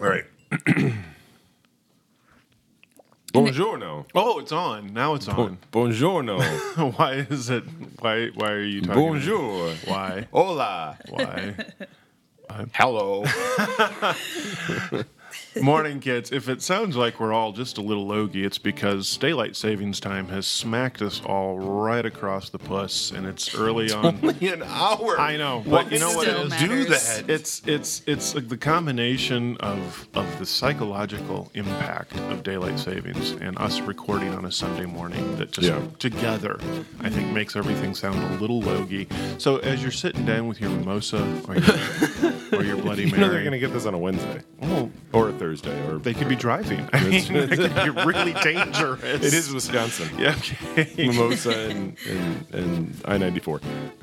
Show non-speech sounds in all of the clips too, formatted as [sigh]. All [clears throat] right. Buongiorno. Oh, it's on. Now it's on. [laughs] Buongiorno. why is it? Why? Why are you talking? Bonjour. Why? Hola. [laughs] Why? Hello. [laughs] Morning, kids. If it sounds like we're all just a little logy, it's because daylight savings time has smacked us all right across the puss, and it's early [laughs] on. An hour. I know, What but you know is what it to is? Do matters. that. It's it's it's like the combination of of the psychological impact of daylight savings and us recording on a Sunday morning that just Yeah. together I think makes everything sound a little logy. So as you're sitting down with your mimosa [laughs] or your, or your Bloody you know they're Mary, going to get this on a Wednesday oh, or a Thursday or. they could be driving. [laughs] I mean, it could be really dangerous. it is Wisconsin. Yeah, okay. Mimosa and, and, and I 94.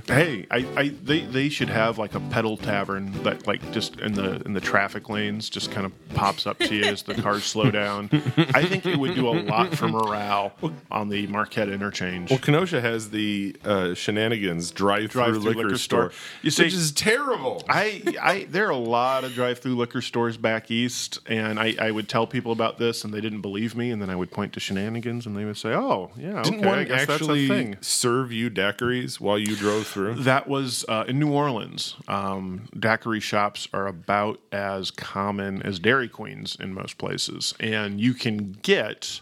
Hey, I, I they, they should have like a pedal tavern that like just in the in the traffic lanes just kind of pops up to you as the cars slow down. I think it would do a lot for morale on the Marquette interchange. Well, Kenosha has the uh, shenanigans drive through Drive-through liquor, liquor store, store. You see- which is terrible. I, I there are a lot of drive-through liquor stores back east, and I, I would tell people about this, and they didn't believe me, and then I would point to shenanigans, and they would say, "Oh, yeah, Didn't okay, I one guess actually that's a thing." serve you daiquiris while you drove through? That was uh, in New Orleans. Um, daiquiri shops are about as common as Dairy Queens in most places, and you can get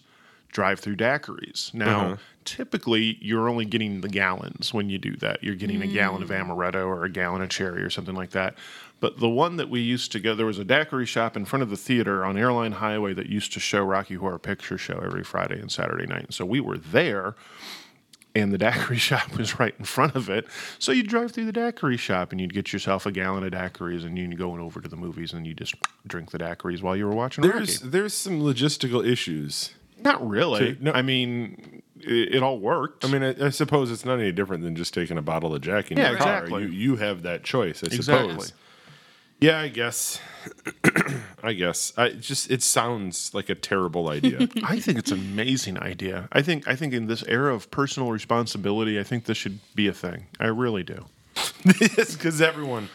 drive-through daiquiris now. Typically, you're only getting the gallons when you do that. You're getting a gallon of amaretto or a gallon of cherry or something like that. But the one that we used to go, there was a daiquiri shop in front of the theater on Airline Highway that used to show Rocky Horror Picture Show every Friday and Saturday night. So we were there and the daiquiri [laughs] shop was right in front of it. So you'd drive through the daiquiri shop and you'd get yourself a gallon of daiquiris and you'd go on over to the movies and you just drink the daiquiris while you were watching There's, Rocky. there's some logistical issues. Not really. no- I mean, it, it all worked. [laughs] I mean, I, I suppose it's not any different than just taking a bottle of Jack in Yeah, your car. exactly. You, you have that choice, I Exactly. suppose. Yeah, I guess. [clears throat] I guess. I just it sounds like a terrible [laughs] idea. [laughs] I think it's an amazing idea. I think I think in this era of personal responsibility, I think this should be a thing. I really do. Because everyone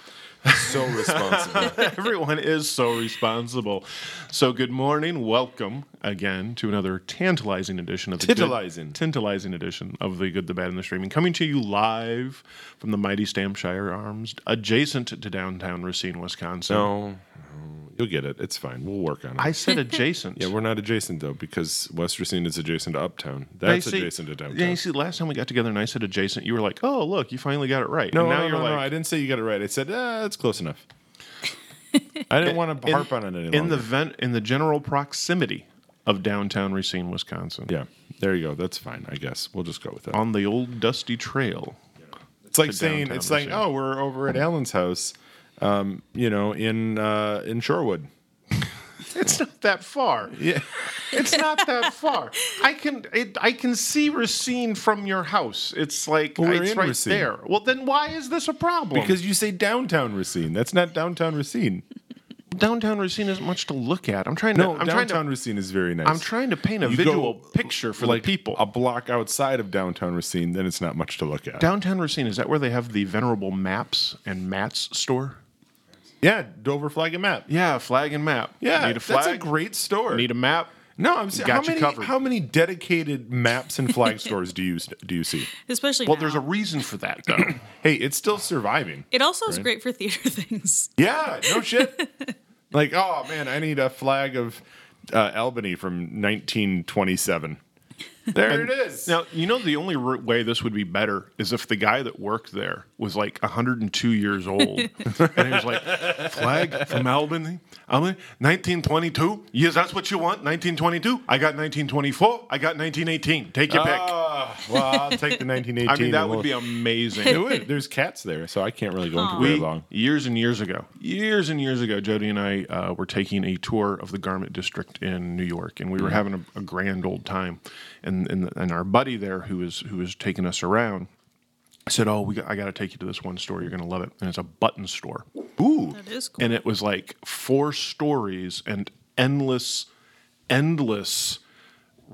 is so responsible. [laughs] Everyone is so responsible. So, good morning. Welcome again to another tantalizing edition of the Tantalizing. Good, tantalizing edition of the Good, the Bad, and the Streaming, coming to you live from the mighty Stampshire Arms, adjacent to downtown Racine, Wisconsin. no, no, you'll get it. It's fine. We'll work on it. I said adjacent. yeah, we're not adjacent though because West Racine is adjacent to Uptown. That's Now, you see- adjacent to downtown. Yeah, you see, last time we got together and I said adjacent, you were like, "Oh, look, you finally got it right." No, and now no, you're no, like, no, I didn't say you got it right. I said ah, it's close enough. I didn't want to harp on it anymore. in the vent, in the general proximity of downtown Racine, Wisconsin, yeah, there you go. That's fine. I guess we'll just go with that. on the old dusty trail. It's like to saying downtown it's like Racine. oh we're over at Alan's house, um, you know in uh, in Shorewood. It's not that far. Yeah, It's not that far. I can it, I can see Racine from your house. It's like Well, we're it's in right Racine. there. Well, then why is this a problem? because you say downtown Racine. That's not downtown Racine. downtown Racine isn't much to look at. I'm trying No, to. I'm downtown trying to. Racine is very nice. I'm trying to paint a You visual go, picture for like the people. a block outside of downtown Racine, then it's not much to look at. downtown Racine is that where they have the venerable maps and mats store? yeah, Dover Flag and Map. Yeah, flag and map. Yeah, need a flag. That's a great store. need a map. no, I'm saying Got how you many covered. how many dedicated maps and flag stores do you do you see? Especially Well, now. there's a reason for that though. Hey, it's still surviving. It also is great for theater [laughs] things. Yeah, no [laughs] shit. like, oh man, I need a flag of uh, Albany from 1927. There it is. Now, you know, the only r- way this would be better is if the guy that worked there was like 102 [laughs] years old. and he was like, flag from Albany, Albany, 1922. Yes, that's what you want, 1922. I got 1924. I got 1918. Take your pick. Ah, [laughs] well, I'll take [laughs] the 1918. I mean, that alone. would be amazing. It would. There's cats there, so I can't really go into We- very long. years and years ago, years and years ago, Jody and I uh, were taking a tour of the garment district in New York, and we were having a, a grand old time. And, and and our buddy there, who was who was taking us around, said, "Oh, we got, I got to take you to this one store. You're going to love it, and it's a button store." Ooh, That is cool. and it was like four stories and endless, endless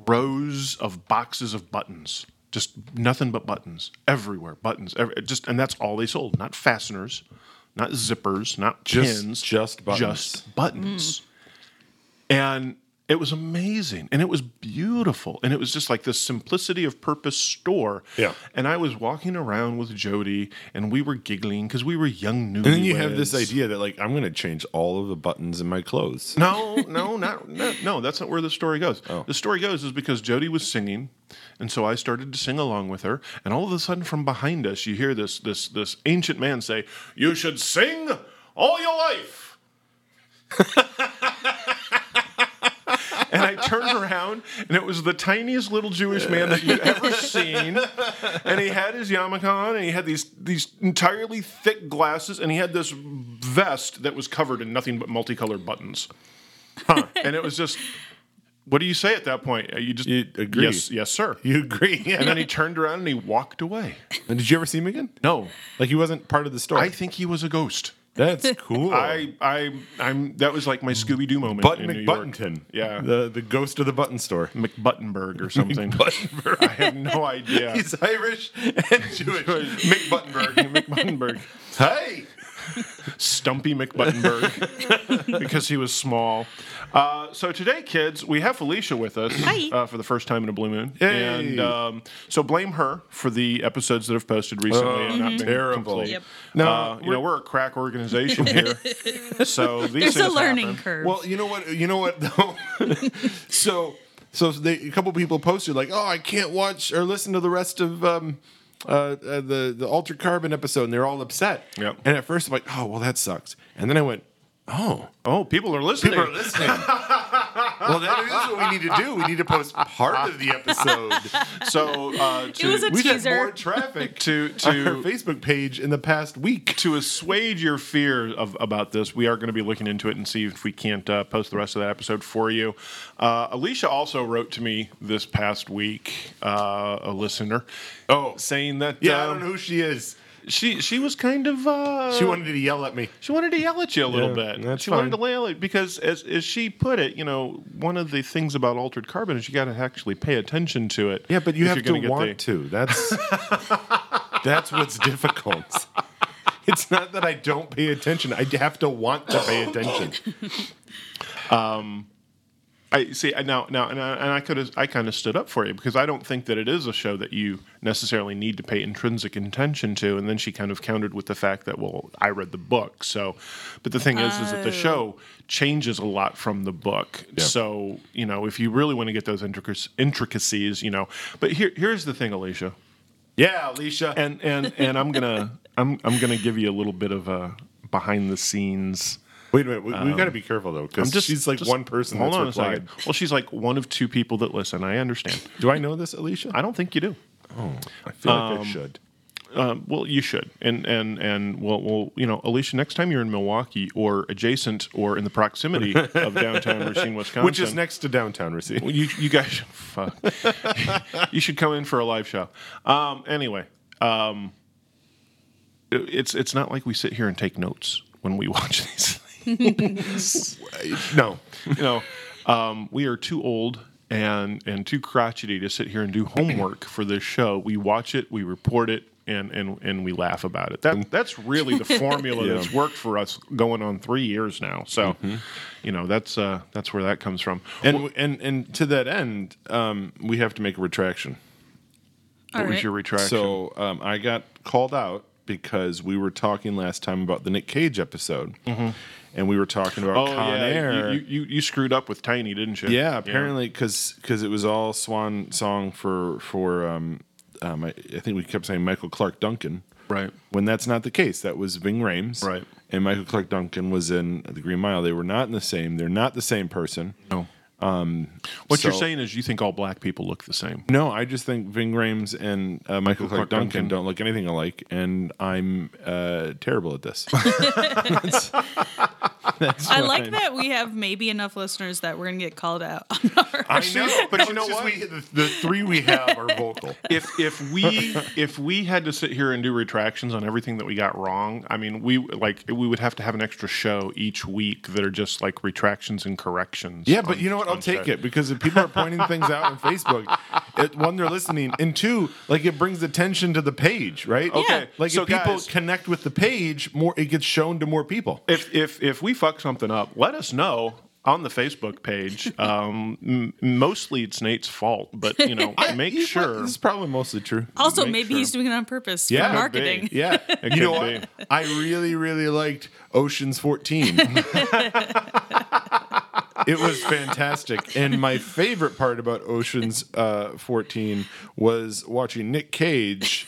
rows of boxes of buttons. Just nothing but buttons everywhere. Buttons, ev- just and that's all they sold. Not fasteners, not zippers, not Just- pins, just buttons. just buttons. And it was amazing and it was beautiful. And it was just like this simplicity of purpose store. Yeah. And I was walking around with Jody and we were giggling because we were young new. And then you have this idea that like I'm going to change all of the buttons in my clothes. No, no, not no, no. That's not where the story goes. The story goes is because Jody was singing, and so I started to sing along with her, and all of a sudden from behind us you hear this this this ancient man say, "You should sing all your life." [laughs] and I turned around, and it was the tiniest little Jewish man that you'd ever seen. And he had his yarmulke on, and he had these these entirely thick glasses, and he had this vest that was covered in nothing but multicolored buttons. Huh. and it was just, what do you say at that point? You just You agree. Yes, yes, sir. You agree? [laughs] And then he turned around and he walked away. And did you ever see him again? No, Like he wasn't part of the story. I think he was a ghost. That's cool. I, I, I'm. That was like my Scooby Doo moment. Oh. Button in New York. McButtonton. Yeah. The the ghost of the button store. McButtonberg [laughs] or something. I have no idea. He's Irish [laughs] and Jewish. Mick Buttonberg. [laughs] Mick Buttonberg. hey. Stumpy Mick [laughs] Buttonberg because he was small. Uh, so today, kids, we have Felicia with us Hi. uh, for the first time in a blue moon. Yay. And um, so blame her for the episodes that have posted recently Oh, and not been terrible. complete. Yep. No, uh, you know we're a [laughs] crack organization here, so these There's a things learning happen. curve. Well, you know what? You know what though. [laughs] so, so they, a couple people posted like, "Oh, I can't watch or listen to the rest of um, uh, uh, the the Alter Carbon episode," and they're all upset. Yep. And at first, I'm like, "Oh, well, that sucks." And then I went, "Oh, Oh, people are listening. people are [laughs] listening." well, that is what we need to do. We need to post part of the [laughs] episode. So uh, to, was a We get Teaser. more traffic to to our to Facebook page in the past week. to assuage your fear of about this, we are going to be looking into it and see if we can't uh, post the rest of that episode for you. Uh, Alicia also wrote to me this past week, uh, a listener, Oh. saying that Yeah, I um, don't know who she is. she she was kind of uh, She wanted to yell at me. she wanted to yell at you a little Yeah, bit. that's she fine. wanted to yell at because, as, as she put it, you know, one of the things about altered carbon is you got to actually pay attention to it. Yeah, but you if have you're gonna to get want the- to. [laughs] That's that's what's difficult. It's not that I don't pay attention. I have to want to pay attention. I see I- now now and I, and I could have I kind of stood up for you because I don't think that it is a show that you necessarily need to pay intrinsic attention to and then she kind of countered with the fact that well I read the book so but the thing is is that the show changes a lot from the book so you know if you really want to get those intric- intricacies you know but here here's the thing Alicia Yeah, Alicia. and and and I'm gonna I'm I'm gonna give you a little bit of a behind the scenes Wait a minute. We, we've got to be careful though, because she's like just one person hold that's on a replied. second well she's like one of two people that listen I understand. Do I know this, Alicia? I don't think you do. I feel like I should. Um, well, you should, and and and well, well, you know, Alicia. Next time you're in Milwaukee or adjacent or in [laughs] the proximity of downtown Racine, Wisconsin, Which is next to downtown Racine. Well, you you guys, fuck. [laughs] you should come in for a live show. Um, anyway, um, it- it's it's not like we sit here and take notes when we [laughs] watch these. things. No. [laughs] You know, um, we are too old. And, and too crotchety to sit here and do homework for this show. We watch it, we report it, and and, and we laugh about it. That that's really the formula [laughs] Yeah. Mm-hmm. that's worked for us going on three years now. So, you know that's uh, that's where that comes from. And and and to that end, um, we have to make a retraction. All what was right. your retraction? So um, I got called out because we were talking last time about the Nick Cage episode, and we were talking about Oh, Con yeah. Air. You, you, you- you screwed up with Tiny, didn't you? yeah, apparently because it was all swan song for for um, um, I, I think we kept saying Michael Clark Duncan. Right. When that's not the case, that was Ving Rhames. Right. And Michael Clark Duncan was in The Green Mile. They were not in the same. They're not the same person. No. Um, what you're so- saying is you think all black people look the same. No, I just think Ving Rhames and uh, Michael Clark, Clark Duncan, Duncan. don't look anything alike, and I'm uh, terrible at this. That's- that's I what like I'm- that we have maybe enough listeners that we're gonna get called out [laughs] on our I know, but you know what? the, the three we have are vocal. If if we if we had to sit here and do retractions on everything that we got wrong, I mean, we like we would have to have an extra show each week that are just like retractions and corrections. Yeah, but on- you know what? I'll on take shows. it because if people are pointing things out on Facebook, it, one they're listening, and two, like it brings attention to the page, right? Oh, Okay, like so if people guys- connect with the page, more it gets shown to more people. If if if we fuck something up, let us know. on the Facebook page. Um, m- mostly it's Nate's fault, but you [laughs] know, make You know what? sure. This is probably mostly true. Also, Make maybe sure. he's doing it on purpose Yeah, for could marketing. Yeah, It [laughs] [laughs] you know could what? I really, really liked Ocean's Fourteen. [laughs] it was fantastic, and my favorite part about Ocean's uh, Fourteen was watching Nick [laughs] Cage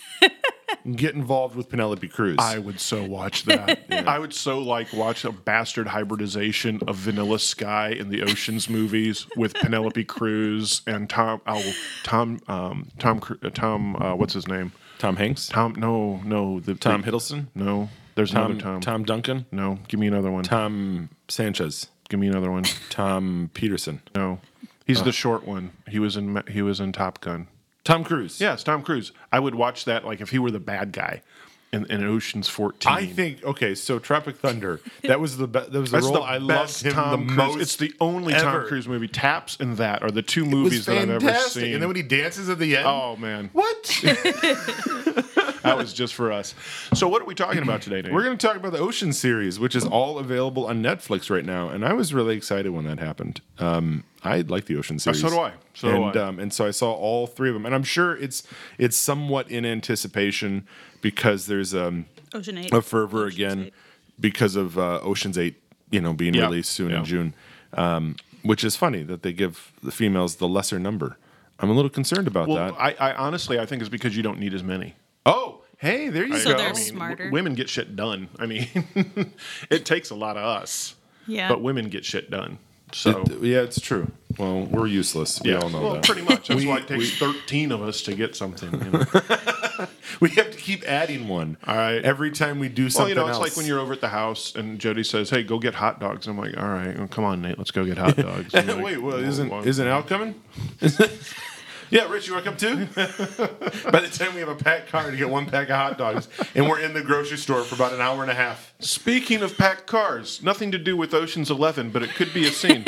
get involved with Penelope Cruz. I would so watch that. I would so like watch a bastard hybridization of Vanilla Sky in the Ocean's movies with Penelope Cruz and Tom. Oh, Tom. Um, Tom. Cru- uh, Tom. Uh, what's his name? Tom Hanks, Tom. No. No. The Tom the- Hiddleston, No. There's Tom, another Tom. Tom Duncan, No. Give me another one. Tom Sanchez, Give me another [laughs] one. Tom Peterson, No. He's the short one. He was in. Ma- He was in Top Gun. Tom Cruise. Yes, Tom Cruise. I would watch that like if he were the bad guy in, in Ocean's 14. I think okay, so Tropic Thunder. That was the be- that was the That's role the I loved best him Tom the Cruise. most. It's the only Tom ever. Cruise movie. Taps and that are the two was movies that I've ever fantastic. seen. And then when he dances at the end, oh man, what? that was just for us. So what are we talking about today, Nate? We're going to talk about the Ocean series, which is all available on Netflix right now, and I was really excited when that happened. Um, I like the Ocean series. Uh, so do I. So do and, I. Um, and so I saw all three of them, and I'm sure it's it's somewhat in anticipation because there's um, [laughs] Ocean Eight. a fervor Ocean's again Eight. because of uh, Ocean's Eight, you know, being Yeah. released soon Yeah. in June, um, which is funny that they give the females the lesser number. I'm a little concerned about well, that. I, I honestly I think it's because you don't need as many. oh, hey, there you So go. they're I mean, w- smarter. women get shit done. I mean, [laughs] it takes a lot of us, Yeah. but women get shit done. So yeah, it's true. Well, we're useless. We all know well, that. pretty much. That's We- why it takes 13 of us to get something. You [laughs] know? We have to keep adding one. All right. Every time we do Well, something you know, it's else. like when you're over at the house and Jody says, "Hey, go get hot dogs." I'm like, "All right, well, come on, Nate, let's go [laughs] get hot dogs." And you're like, [laughs] Wait, well, "Well, isn't well, isn't Al [laughs] coming? yeah, Rich, you want to come [laughs] too? By the time we have a packed car to get one pack of hot dogs, and we're in the grocery store for about an hour and a half. Speaking of packed cars, nothing to do with Ocean's Eleven, but it could be a scene.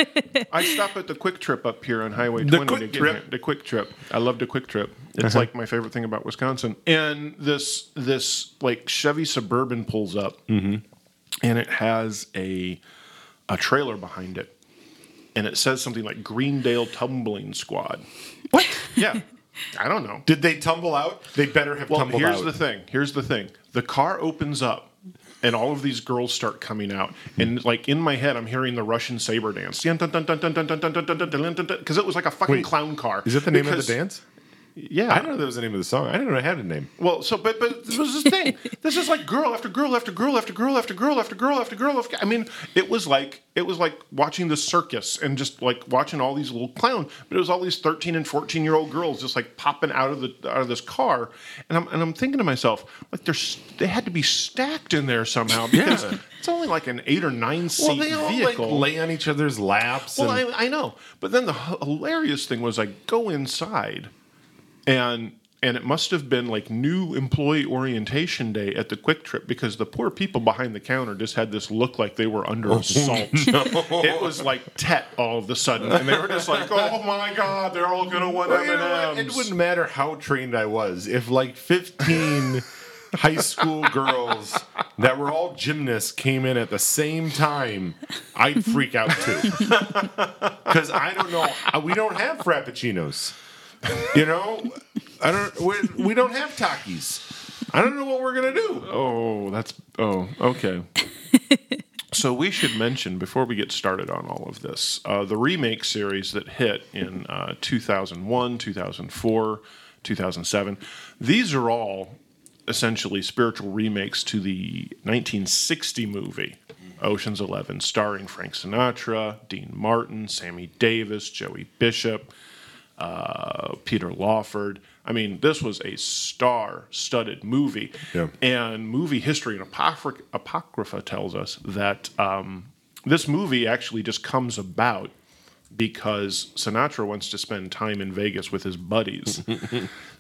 I stop at the Quick Trip up here on Highway 20 Quick to get Trip. Uh-huh. here. The Quick Trip. I love the Quick Trip. It's like my favorite thing about Wisconsin. And this this like Chevy Suburban pulls up, Mm-hmm. and it has a a trailer behind it, and it says something like Greendale Tumbling Squad. What? Yeah, I don't know. Did they tumble out? They better have Well, tumbled here's out. the thing. Here's the thing. The car opens up, and all of these girls start coming out, and like in my head, I'm hearing the Russian saber dance, because it was like a fucking Wait, clown car. Is that the name Because- of the dance? Yeah. I don't know. If that was the name of the song. I didn't know it had a name. Well, so but but this was the thing. this is like girl after girl after girl after girl after girl after girl after girl after. I mean, it was like it was like watching the circus and just like watching all these little clown. But it was all these thirteen and fourteen year old girls just like popping out of the out of this car, and I'm and I'm thinking to myself like they're s- they had to be stacked in there somehow because Yeah. it's only like an eight or nine Well, seat they all vehicle. like lay on each other's laps. Well, and- I, I know, but then the h- hilarious thing was I go inside, and and it must have been like new employee orientation day at the Quick Trip because the poor people behind the counter just had this look like they were Oh. [laughs] under assault. It was like Tet all of a sudden, and they were just like, "Oh my God, they're all gonna want Well, you know what? M It and M's." wouldn't matter how trained I was if like 15 high school girls that were all gymnasts came in at the same time, I'd freak out too. Cuz I don't know, uh, we don't have frappuccinos. You know, I don't we, we don't have Takis. I don't know what we're going to do. Oh, that's oh okay. so we should mention before we get started on all of this, uh, the remake series that hit in uh, 2001, 2004, 2007. These are all essentially spiritual remakes to the 1960 movie. Ocean's Eleven, starring Frank Sinatra, Dean Martin, Sammy Davis, Joey Bishop, uh, Peter Lawford. I mean, this was a star-studded movie, Yeah. and movie history and apocry- apocrypha tells us that um, this movie actually just comes about because Sinatra wants to spend time in Vegas with his buddies.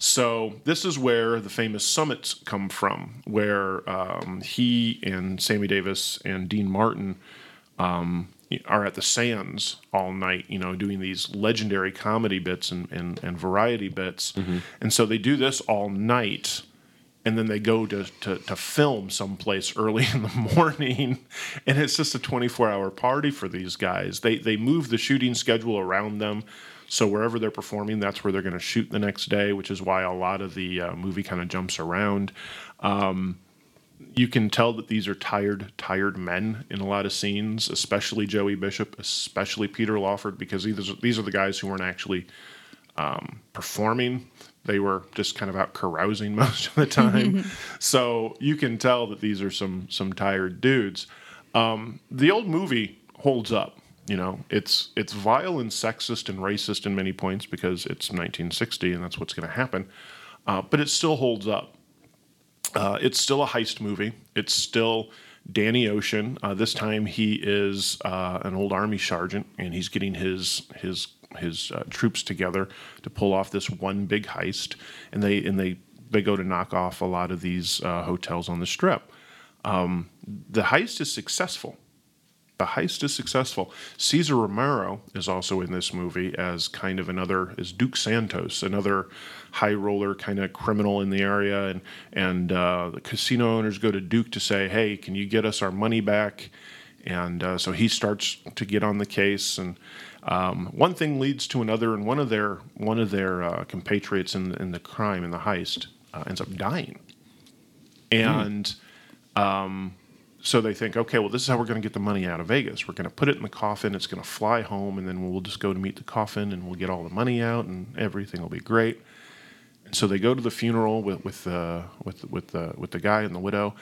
so this is where the famous summits come from, where um, he and Sammy Davis and Dean Martin are at the sands all night, you know, doing these legendary comedy bits and, and, and variety bits. And so they do this all night and then they go to, to, to film someplace early [laughs] in the morning and it's just a 24 hour party for these guys they they move the shooting schedule around them so wherever they're performing that's where they're going to shoot the next day which is why a lot of the uh, movie kind of jumps around you can tell that these are tired, tired men in a lot of scenes, especially Joey Bishop, especially Peter Lawford, because these are- these are the guys who weren't actually um, performing. They were just kind of out carousing [laughs] most of the time, so you can tell that these are some some tired dudes. Um, the old movie holds up. You know, it's it's vile and sexist and racist in many points because it's 1960 and that's what's going to happen, uh, but it still holds up. Uh, it's still a heist movie. It's still Danny Ocean. Uh, this time he is uh, an old army sergeant, and he's getting his his his uh, troops together to pull off this one big heist. And they and they they go to knock off a lot of these uh, hotels on the strip. Um, the heist is successful. The heist is successful. Cesar Romero is also in this movie as kind of another as Duke Santos, another high roller kind of criminal in the area, and and uh, the casino owners go to Duke to say, "Hey, can you get us our money back?" And uh, so he starts to get on the case, and um, one thing leads to another, and one of their one of their uh, compatriots in, in the crime in the heist uh, ends up dying, and so they think, okay, well, this is how we're going to get the money out of Vegas. We're going to put it in the coffin. It's going to fly home, and then we'll just go to meet the coffin, and we'll get all the money out, and everything will be great. And so they go to the funeral with with uh, with with the with the guy and the widow,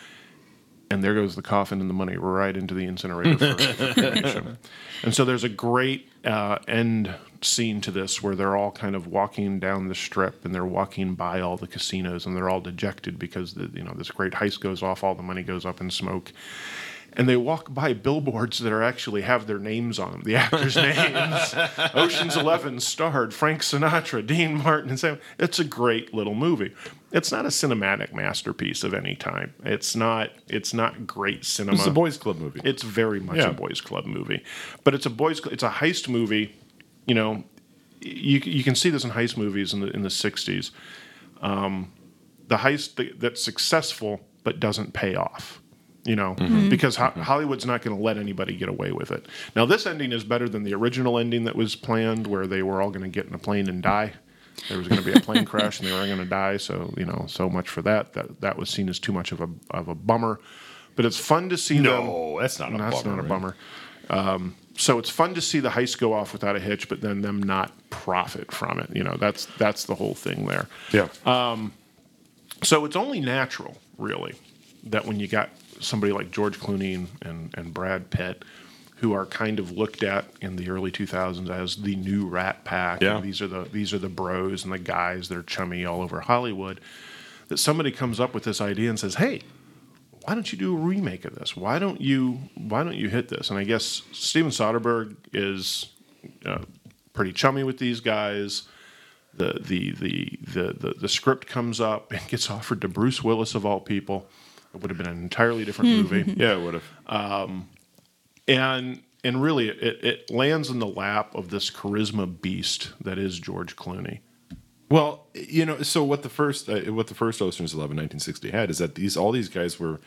and there goes the coffin and the money right into the incinerator. For cremation. and so there's a great uh, end scene to this where they're all kind of walking down the strip and they're walking by all the casinos and they're all dejected because the, you know this great heist goes off, all the money goes up in smoke. And they walk by billboards that are actually have their names on them, the actors' names. Ocean's Eleven starred Frank Sinatra, Dean Martin, and Sam. It's a great little movie. It's not a cinematic masterpiece of any time. It's not. It's not great cinema. It's a boys' club movie. It's very much Yeah. a boys' club movie, but it's a boys' cl- it's a heist movie. You know, you you can see this in heist movies in the in the '60s. Um, the heist that, that's successful but doesn't pay off. You know, Mm-hmm. because Ho- Hollywood's not going to let anybody get away with it. Now, this ending is better than the original ending that was planned, where they were all going to get in a plane and die. There was going to be a [laughs] plane crash, and they were going to die. So, you know, so much for that. That that was seen as too much of a of a bummer. But it's fun to see them. no, Oh, that's not a And that's bummer. not man. a bummer. Um, so it's fun to see the heist go off without a hitch, but then them not profit from it. You know, that's that's the whole thing there. Yeah. Um, So it's only natural, really, that when you got somebody like George Clooney and, and, and Brad Pitt, who are kind of looked at in the early 2000s as the new Rat Pack, Yeah. and these are the these are the bros and the guys that are chummy all over Hollywood, that somebody comes up with this idea and says, "Hey, why don't you do a remake of this? Why don't you why don't you hit this?" And I guess Steven Soderbergh is uh, pretty chummy with these guys the the the the the, the script comes up and gets offered to Bruce Willis of all people. It would have been an entirely different movie, yeah, it would have. and and really it, it lands in the lap of this charisma beast that is George Clooney. Well, you know, so what the first uh, what the first Ocean's Eleven 1960 had is that these all these guys were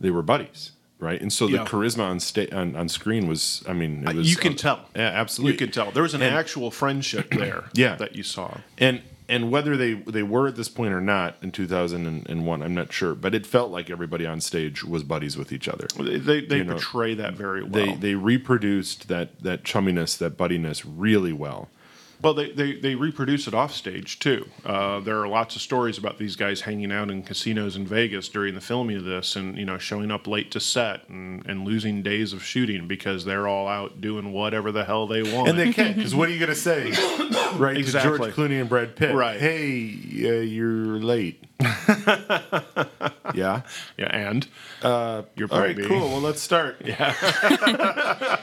they were buddies, right? And so the Yeah. Uh, charisma on, sta- on on screen was, I mean, it was uh, you can tell. yeah, absolutely, You could tell there was an And- actual friendship there [clears throat] Yeah. that you saw. and and whether they they were at this point or not in 2001, I'm not sure, but it felt like everybody on stage was buddies with each other. They they, they You know, portray that very well. They they reproduced that that chumminess, that buddiness, really well. Well, they, they, they reproduce it offstage too. Uh, there are lots of stories about these guys hanging out in casinos in Vegas during the filming of this, and you know showing up late to set and, and losing days of shooting because they're all out doing whatever the hell they want. And they can, because what are you going to say, right? Exactly. To George Clooney and Brad Pitt, Right. Hey, uh, you're [laughs] late. yeah. yeah, and your Uh, All point right. being- Cool. Well, let's [laughs] start. Yeah. [laughs]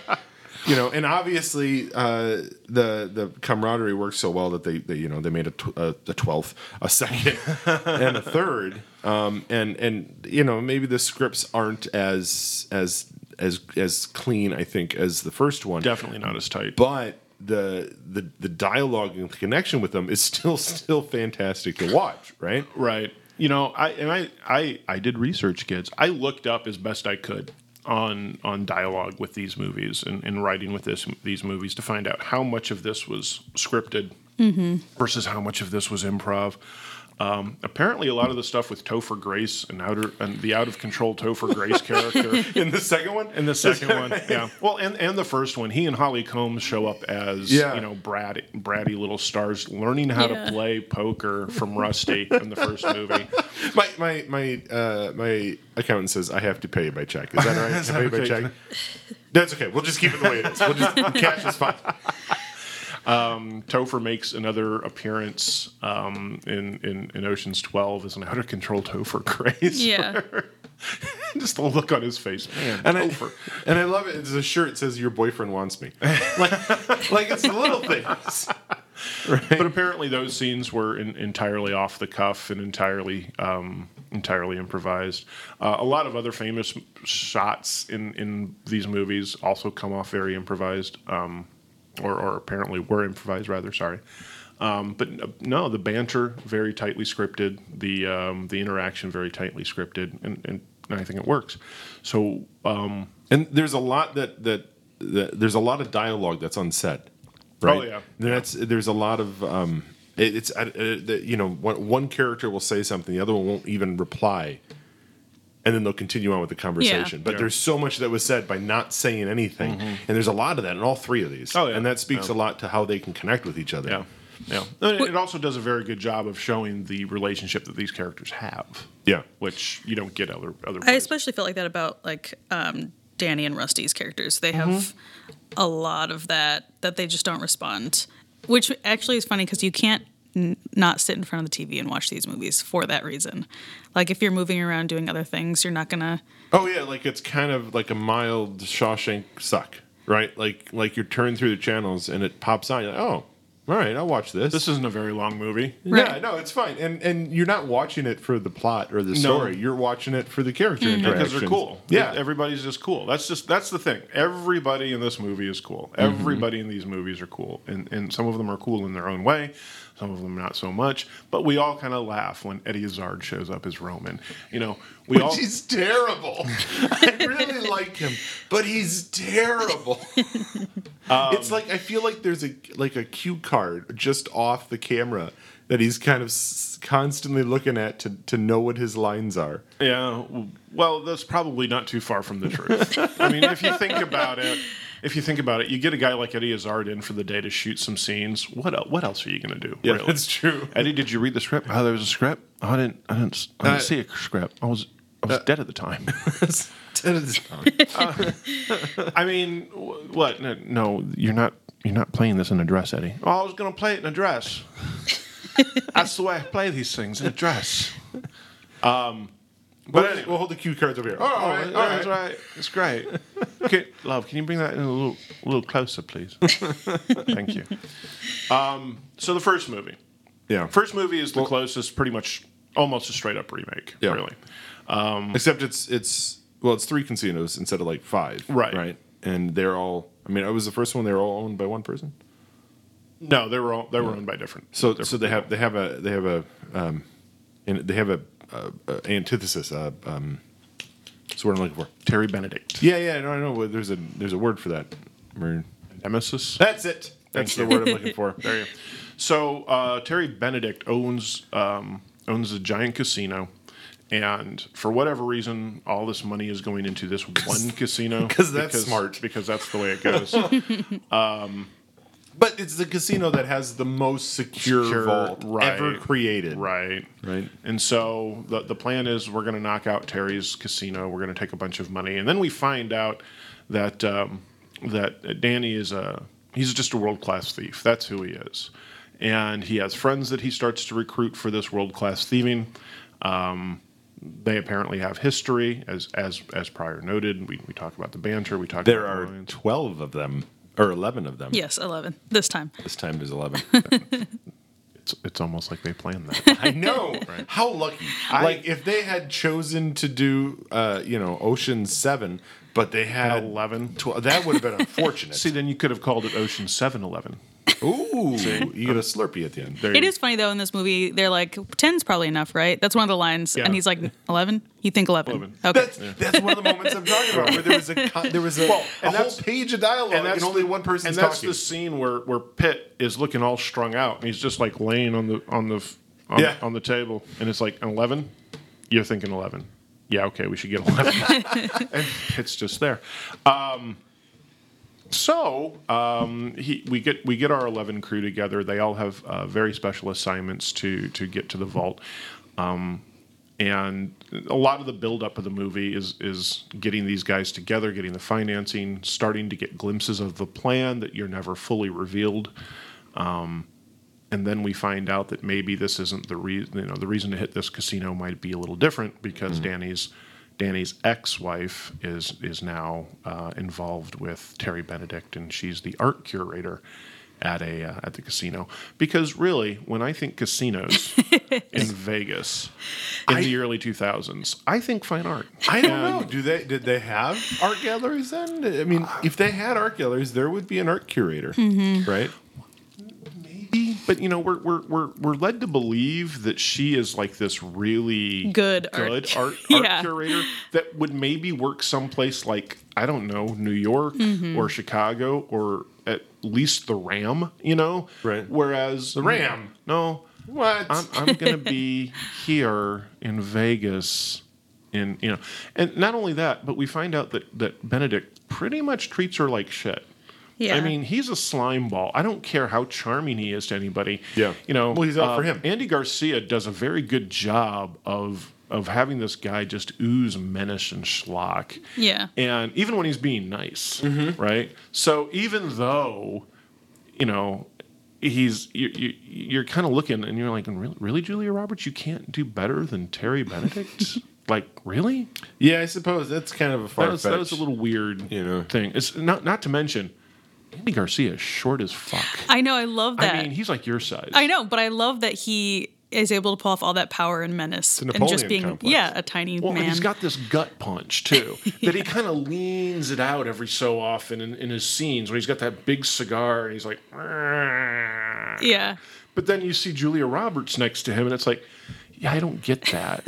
you know, and obviously uh, the the camaraderie worked so well that they, they you know they made a tw- a a twelfth, a [laughs] second, and a third. Um, and and you know maybe the scripts aren't as as as as clean I think as the first one definitely not as tight. but the [laughs] the the dialogue and the connection with them is still still fantastic to watch, right? right. you know, I and I, I I did research, kids. I looked up as best I could on on dialogue with these movies and, and writing with this these movies to find out how much of this was scripted versus how much of this was improv. Um, apparently, a lot of the stuff with Topher Grace and outer and the out of control Topher Grace character In the second one? in the second one, yeah. Well, and and the first one, he and Holly Combs show up as Yeah. you know brat, bratty little stars learning how Yeah. to play poker from Rusty in the first movie. My my my uh, my accountant says I have to pay you by check. Is that all right? [laughs] Can I pay you by Okay. check? That's okay. We'll just keep it the way it is. We'll [laughs] just cash is fine. Topher makes another appearance um, in, in in Ocean's Twelve as an out of control Topher [laughs] Grace. Yeah. Just the look on his face, man. And I, Topher. and I love it. It's a shirt that says "Your boyfriend wants [laughs] me." Like, like it's the little things. But apparently, those scenes were in, entirely off the cuff and entirely um, entirely improvised. Uh, a lot of other famous shots in in these movies also come off very improvised, um, or, or apparently were improvised. Rather, sorry. Um, but uh, no, the banter very tightly scripted. The um, the interaction very tightly scripted, and, and I think it works. So um, And there's a lot that, that that there's a lot of dialogue that's unsaid. Right? yeah. That's there's a lot of um, it, it's uh, uh, the, you know one, one character will say something, the other one won't even reply, and then they'll continue on with the conversation. But Yeah. Mm-hmm. there's so much that was said by not saying anything, and there's a lot of that in all three of these. Oh, yeah. and that speaks a lot to how they can connect with each other. yeah, yeah. And it- it also does a very good job of showing the relationship that these characters have. yeah. which you don't get other other. I places. especially felt like that about like um, Danny and Rusty's characters. They have Mm-hmm. a lot of that that they just don't respond, which actually is funny because you can't n- not sit in front of the TV and watch these movies for that reason. Like if you're moving around doing other things, you're not gonna. Oh yeah, like it's kind of like a mild Shawshank suck, right? Like like you turn through the channels and it pops on. You're like, oh, all right, I'll watch this. this isn't a very long movie. Yeah, no, it's fine, and and you're not watching it for the plot or the story. [laughs] You're watching it for the character Because they're interactions. cool. Yeah, Everybody's just cool. That's just that's the thing. Everybody in this movie is cool. Mm-hmm. Everybody in these movies are cool. And and some of them are cool in their own way, some of them not so much. But we all kind of laugh when Eddie Izzard shows up as Roman. You know, we all Which is terrible. [laughs] I really like him, but he's terrible. Um, it's like I feel like there's a like a cue card just off the camera that he's kind of s- constantly looking at to to know what his lines are. Yeah, well, that's probably not too far from the truth. I mean, if you think about it, if you think about it, you get a guy like Eddie Izzard in for the day to shoot some scenes. What el- what else are you going to do? Yeah, that's [laughs] true. Eddie, did you read the script? Oh, there was a script. Oh, I didn't. I didn't. I didn't Uh, see a script. I was. I was dead at the time. [laughs] I mean, wh- what? No, no, you're not. You're not playing this in a dress, Eddie. Oh, I was going to play it in a [laughs] dress. That's the way I play these things in a dress. but anyway, we'll hold the cue cards over here. Oh, all right, all right. that's right. It's [laughs] great. Okay, love, can you bring that in a little, a little closer, please? Thank you. Um, so the first movie, Yeah. first movie is the closest, pretty much, almost a straight up remake. Yeah. Really, Except it's it's well, it's three casinos instead of like five. Right. Right. And they're all. I mean, it was the first one. They were all owned by one person. no, they were all they were owned by different. So so they have they have a they have a um, and they have a, a, a antithesis. Uh, um, that's what I'm looking for. Terry Benedict, Yeah, yeah. No, I know. well, There's a there's a word for that. Mer- Nemesis. That's it. That's Thank the word I'm looking [laughs] for. There you. go. So uh, Terry Benedict owns um, owns a giant casino, and for whatever reason, all this money is going into [laughs] this one casino 'cause that's smart. Because that's the way it [laughs] goes. But it's the casino that has the most secure, Secure, vault ever right, created. Right. Right. And so the the plan is we're going to knock out Terry's casino. We're going to take a bunch of money, and then we find out that um, that Danny is a he's just a world class thief. That's who he is, and he has friends that he starts to recruit for this world class thieving. Um, they apparently have history, as as as prior noted. We, we talk about the banter. We talk. There about are the lines. twelve of them or eleven of them. Yes, eleven this time. This time there's [laughs] eleven. It's, it's almost like they planned that. [laughs] I know. How lucky. like if they had chosen to do uh, you know, Ocean 7, but they had Eleven. [laughs] tw- that would have been unfortunate. See, then you could have called it Ocean Seven Eleven. Ooh, you get a Slurpee at the end. There It you- is funny though in this movie they're like 10's probably enough, right? That's one of the lines, Yeah. and he's like 11. You think 11? 11. Okay. That's, that's one of the moments I'm talking about where there was [laughs] a con- there was a, a and whole that's- page of dialogue and, only one person's and that's talking. the scene where where Pitt is looking all strung out, and he's just like laying on the on the f- on, Yeah. on the table, and it's like eleven. You're thinking eleven. Yeah, okay, we should get eleven. and Pitt's just there. Um, so um, he, we get we get our eleven crew together. They all have uh, very special assignments to to get to the vault. Um, and a lot of the buildup of the movie is is getting these guys together, getting the financing, starting to get glimpses of the plan that you're never fully revealed, um, and then we find out that maybe this isn't the reason. You know, the reason to hit this casino might be a little different because Danny's Danny's ex-wife is is now uh, involved with Terry Benedict, and she's the art curator. At a uh, at the casino because really when I think casinos in Vegas in the early 2000s. I think fine art. I don't know. Do they did they have art galleries then? I mean, if they had art galleries, there would be an art curator, right? Maybe, but you know, we're we're we're we're led to believe that she is like this really Good art good [laughs] art, cu- art, Yeah. curator that would maybe work someplace like I don't know, New York Mm-hmm. or Chicago or at least the Ram. You know, Right. Whereas the Ram? no, What? I'm, I'm going to be here in Vegas. In, you know, and not only that, but we find out that, that Benedict pretty much treats her like shit. yeah. I mean, he's a slime ball. I don't care how charming he is to anybody. Yeah. You know, um, Well, he's out for him. Andy Garcia does a very good job of of having this guy just ooze menace and schlock. Yeah. And even when he's being nice, Mm-hmm. right? So even though, you know, he's you, you, you're kind of looking and you're like, really, really, Julia Roberts, you can't do better than [laughs] Terry Benedict? like, really? yeah, I suppose that's kind of a far That was, that was a little weird You know. thing. It's not not to mention Andy Garcia is short as fuck. I know. I love that. I mean, he's like your size. I know, but I love that he is able to pull off all that power and menace a and just Napoleon being complex. yeah a tiny Well, and man. he's got this gut punch [laughs] too that he kind of leans it out every so often in, in his scenes when he's got that big cigar and he's like, "Rrrr." yeah, But then you see Julia Roberts next to him and it's like, yeah, I don't get that.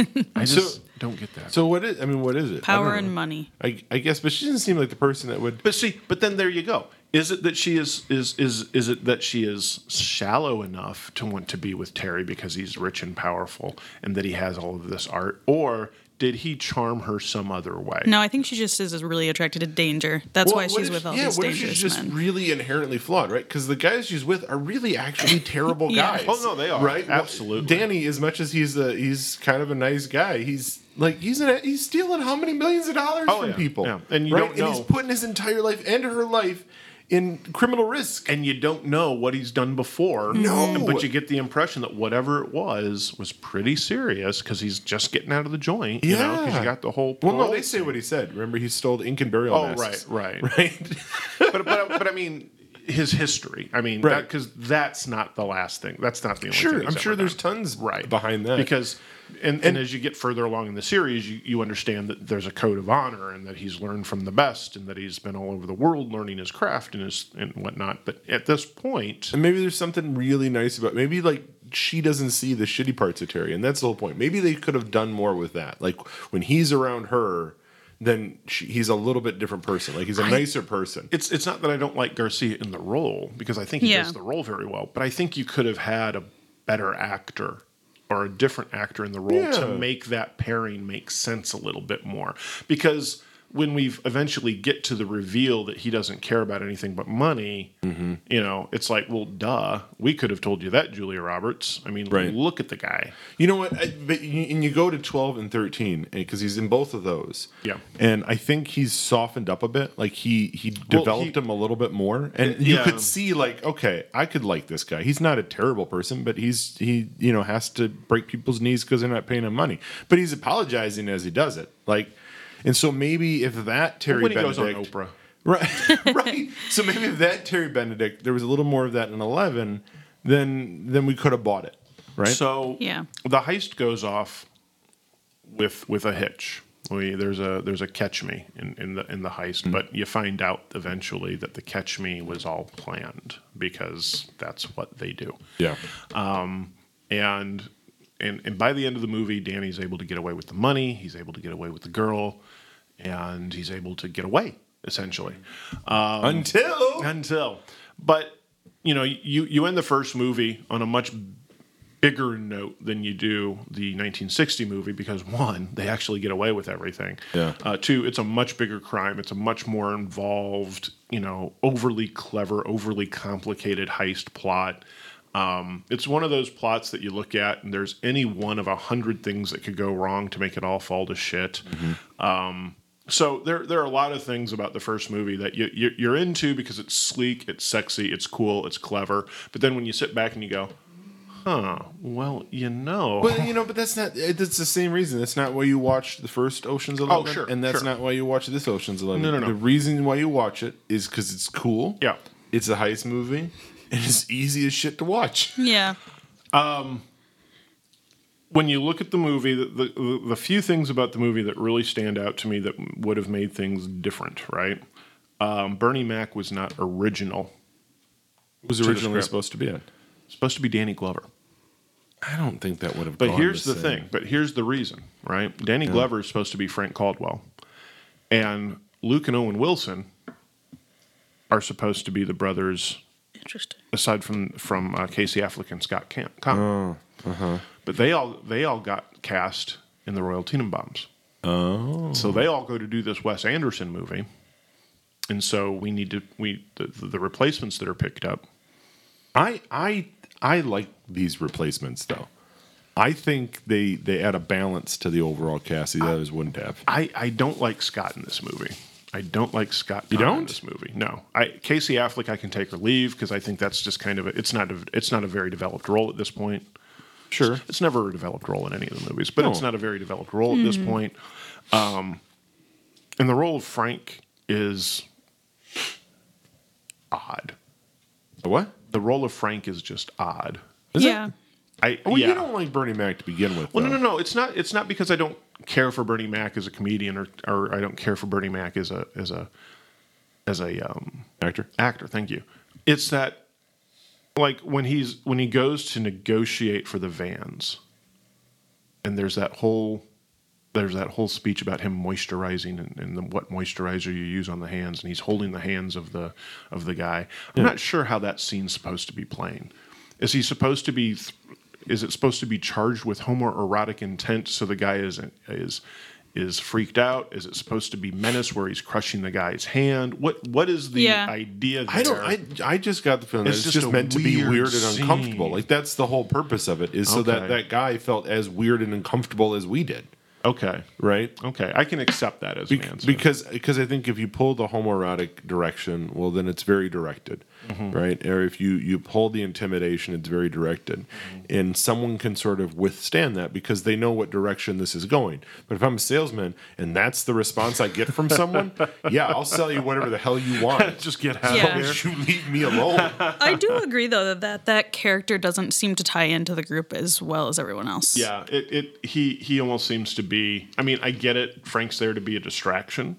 [laughs] I So- just don't get that. So what is? I mean, what is it? I power don't and know. money. I, I guess, but she doesn't seem like the person that would. But see, but then there you go. Is it that she is is is is it that she is shallow enough to want to be with Terry because he's rich and powerful and that he has all of this art, or did he charm her some other way? No, I think she just is really attracted to danger. That's Well, why what she's if- with all yeah, these what if she's dangerous just men. really inherently flawed, right? Because the guys she's with are really [coughs] actually terrible Yeah. guys. Oh, no, they are. right? Well, Absolutely. Danny, as much as he's a he's kind of a nice guy, he's like he's an, he's stealing how many millions of dollars Oh, from yeah, people, yeah. And you right? don't know. And he's putting his entire life and her life in criminal risk. And you don't know what he's done before. No. But you get the impression that whatever it was was pretty serious because he's just getting out of the joint. You know, because Yeah. you got the whole. Well, no, parole they say what he said. Remember, he stole ink and burial. Oh, masks. right, right. [laughs] right. but, but but I mean his history. I mean, Right. because that's not the last thing. That's not the only. Sure, thing he's I'm sure ever there's done. tons behind that. because. And, and, as you get further along in the series, you, you understand that there's a code of honor and that he's learned from the best and that he's been all over the world learning his craft and his and whatnot. But at this point, And maybe there's something really nice about maybe like she doesn't see the shitty parts of Terry, and that's the whole point. Maybe they could have done more with that. Like when he's around her, then she, he's a little bit different person. Like he's a nicer person. it's it's not that I don't like Garcia in the role because I think he Yeah. does the role very well, but I think you could have had a better actor or a different actor in the role Yeah. to make that pairing make sense a little bit more because when we eventually get to the reveal that he doesn't care about anything but money, Mm-hmm. you know, it's like, well, duh, we could have told you that, Julia Roberts. I mean, Right. look at the guy. You know what? I, but you, and you go to 12 and 13 because he's in both of those. Yeah. And I think he's softened up a bit. Like he he developed he- him a little bit more, and you yeah. could see like, okay, I could like this guy. He's not a terrible person, but he's he you know has to break people's knees because they're not paying him money. But he's apologizing as he does it. Like, and so maybe if that Terry when he Benedict, goes on Oprah. [laughs] Right, right. So maybe if that Terry Benedict, there was a little more of that in eleven, then then we could have bought it, right? So Yeah. the heist goes off with with a hitch. We there's a there's a catch me in, in the in the heist, but you find out eventually that the catch me was all planned because that's what they do. Yeah. And and and by the end of the movie, Danny's able to get away with the money. He's able to get away with the girl, and he's able to get away essentially. Um, Until until but you know you you end the first movie on a much bigger note than you do the 1960 movie because one they actually get away with everything Yeah. uh, two it's a much bigger crime it's a much more involved you know overly clever overly complicated heist plot um, it's one of those plots that you look at and there's any one of a hundred things that could go wrong to make it all fall to shit Mm-hmm. so there there are a lot of things about the first movie that you you're, you're into because it's sleek, it's sexy, it's cool, it's clever. But then when you sit back and you go, huh, well, you know, But you know, but that's not. it- It's the same reason. That's not why you watched the first Ocean's Eleven. Oh, sure, And that's sure. not why you watch this Ocean's Eleven. No, no, no. The reason why you watch it is because it's cool. Yeah. It's a heist movie, and it's easy as shit to watch. Yeah. when you look at the movie, the, the the few things about the movie that really stand out to me that would have made things different, right? Um, Bernie Mac was not original. It was the originally script. supposed [laughs] to be it. supposed to be Danny Glover. I don't think that would have. But gone here's the same. thing. But here's the reason, right? Danny Glover is supposed to be Frank Caldwell, and Luke and Owen Wilson are supposed to be the brothers, Interesting. aside from from uh, Casey Affleck and Scott Cam. Cam. But they all they all got cast in the Royal Tenenbaums, Oh. so they all go to do this Wes Anderson movie, and so we need to we the, the replacements that are picked up. I I I like these replacements though. I think they they add a balance to the overall cast the others wouldn't have. I, I don't like Scott in this movie. I don't like Scott. You Conn in don't? this movie? No. I Casey Affleck I can take or leave because I think that's just kind of a, it's not a, it's not a very developed role at this point. Sure. It's never a developed role in any of the movies, but it's No. not a very developed role at this point. Um, and the role of Frank is odd. What? The role of Frank is just odd. it? yeah. I Well, yeah. Oh, you don't like Bernie Mac to begin with. Well, no, though. no, no. It's not. It's not because I don't care for Bernie Mac as a comedian, or or I don't care for Bernie Mac as a as a as a um, Actor. actor. Thank you. It's that like when he's when he goes to negotiate for the vans, and there's that whole there's that whole speech about him moisturizing and, and the, what moisturizer you use on the hands, and he's holding the hands of the of the guy. I'm not sure how that scene's supposed to be playing. Is he supposed to be? th- Is it supposed to be charged with homoerotic intent? So the guy is is is freaked out. Is it supposed to be menace where he's crushing the guy's hand? What what is the Yeah. idea? There? I don't. I, I just got the feeling It's that it's just just, a meant to be weird weird and uncomfortable. scene. Like that's the whole purpose of it is so Okay. that that guy felt as weird and uncomfortable as we did, okay, right? okay, I can accept that as Be- an Oh, answer. because because I think if you pull the homoerotic direction, well, then it's very directed, Mm-hmm. right? Or if you you pull the intimidation, it's very directed, Mm-hmm. and someone can sort of withstand that because they know what direction this is going. But if I'm a salesman and that's the response I get from someone, yeah, I'll sell you whatever the hell you want. just get out Yeah. of there. Just you leave me alone. I [laughs] do agree though that, that that character doesn't seem to tie into the group as well as everyone else. Yeah, it, it he he almost seems to be. I mean, I get it. Frank's there to be a distraction,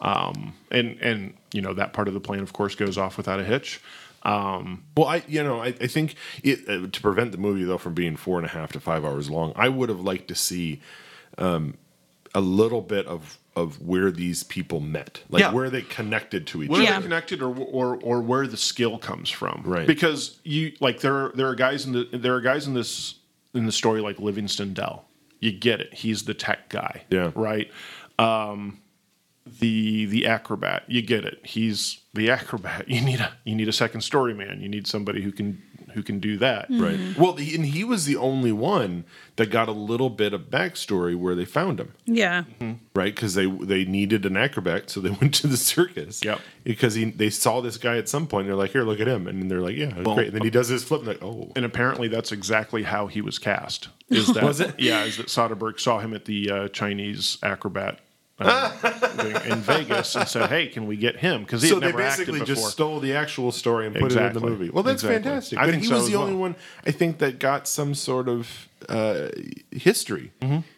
um, and and you know that part of the plan, of course, goes off without a hitch. Um, Well, I you know I, I think it uh, to prevent the movie though from being four and a half to five hours long, I would have liked to see um, a little bit of of where these people met, like Yeah. where they connected to each whether Yeah. they're connected or, or or where the skill comes from, Right. Because you like there are there are guys in the there are guys in this in the story like Livingston Dell. You get it. He's the tech guy, Yeah. right. Um, the the acrobat. You get it. He's the acrobat. [laughs] You need a you need a second story man. You need somebody who can who can do that. other. Right. Well, the, and he was the only one that got a little bit of backstory where they found him. Yeah. Mm-hmm. right? Because they they needed an acrobat, so they [laughs] went to the circus. Yep. Because he, they saw this guy at some point. And they're like, "Here, look at him," and they're like, "Yeah, great." And then he does his flip, and like, "Oh, And apparently that's exactly how he [laughs] was cast. Is that Was it? Yeah, is that Soderbergh saw him at the uh, Chinese acrobat [laughs] uh, thing in Vegas and said, "Hey, can we get him?" Because he so had they never basically acted before. just stole the actual story and put it in Exactly. the movie. Well, that's Exactly. fantastic. I but think he so was as the only well. one Mm-hmm. I think that got some sort of uh, history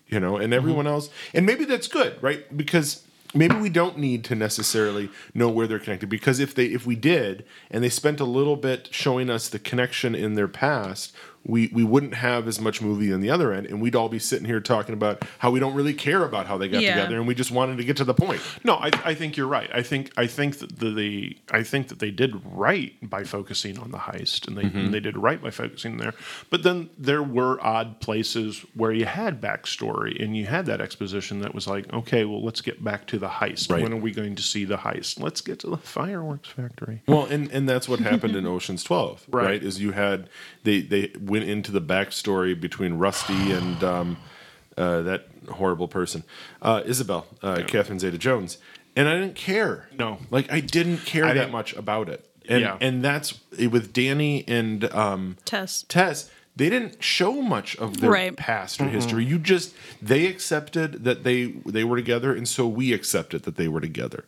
you know, and everyone else. And maybe that's good, right? Because maybe we don't need to necessarily know where they're connected because if they if we did and they spent a little bit showing us the connection in their past, we we wouldn't have as much movie on the other end and we'd all be sitting here talking about how we don't really care about how they got Yeah. together and we just wanted to get to the point. No, I, I think you're right. I think I think that the, the I think that they did right by focusing on the heist, and they Mm-hmm. and they did right by focusing there. But then there were odd places where you had backstory and you had that exposition that was like, okay, well, let's get back to the heist. Right. When are we going to see the heist? Let's get to the fireworks factory. Well, and, and that's what happened in Ocean's Twelve, right. [laughs] Right. Is you had they they went into the backstory between Rusty and um, uh, that horrible person, uh, Isabel, uh, Catherine Zeta-Jones, and I didn't care. No. like I didn't care that didn't- much about it. And Yeah. and that's with Danny and um, Tess. Tess. They didn't show much of their Right. past or Mm-hmm. history. You just they accepted that they they were together, and so we accepted that they were together,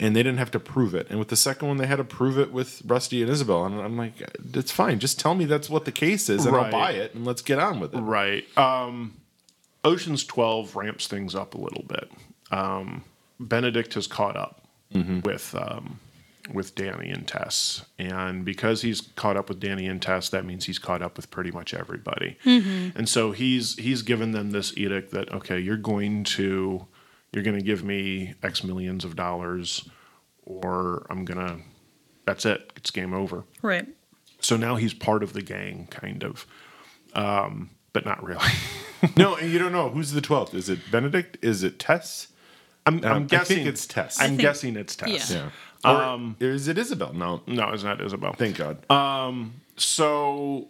and they didn't have to prove it. And with the second one, they had to prove it with Rusty and Isabel, and I'm like, it's fine. Just tell me that's what the case is, and I'll Right. buy it, and let's get on with it. Right. Um, Ocean's Twelve ramps things up a little bit. Um, Benedict has caught up with um, with Danny and Tess, and because he's caught up with Danny and Tess, that means he's caught up with pretty much everybody. And so he's he's given them this edict that okay, you're going to you're going to give me X millions of dollars, or I'm gonna. That's it. It's game over. Right. So now he's part of the gang, kind of, um, but not really. no, and you don't know who's the twelfth. Is it Benedict? Is it Tess? I'm, Um, I'm I guessing think it's Tess. I'm think- guessing it's Tess. yeah. Um, or is it Isabel? No, No, it's not Isabel. thank God. Uh, So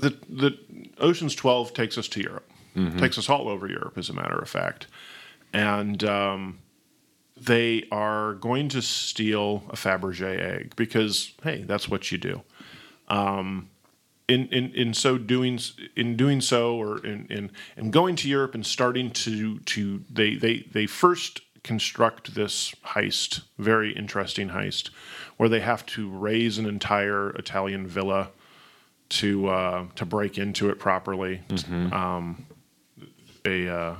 the the Ocean's Twelve takes us to Europe. Mm-hmm. Takes us all over Europe, as a matter of fact, and um, they are going to steal a Fabergé egg because hey, that's what you do. in, in, in so doing in doing so or in, in in going to Europe and starting to to they they they first construct this heist very interesting heist where they have to raise an entire Italian villa to uh, to break into it properly um, a uh,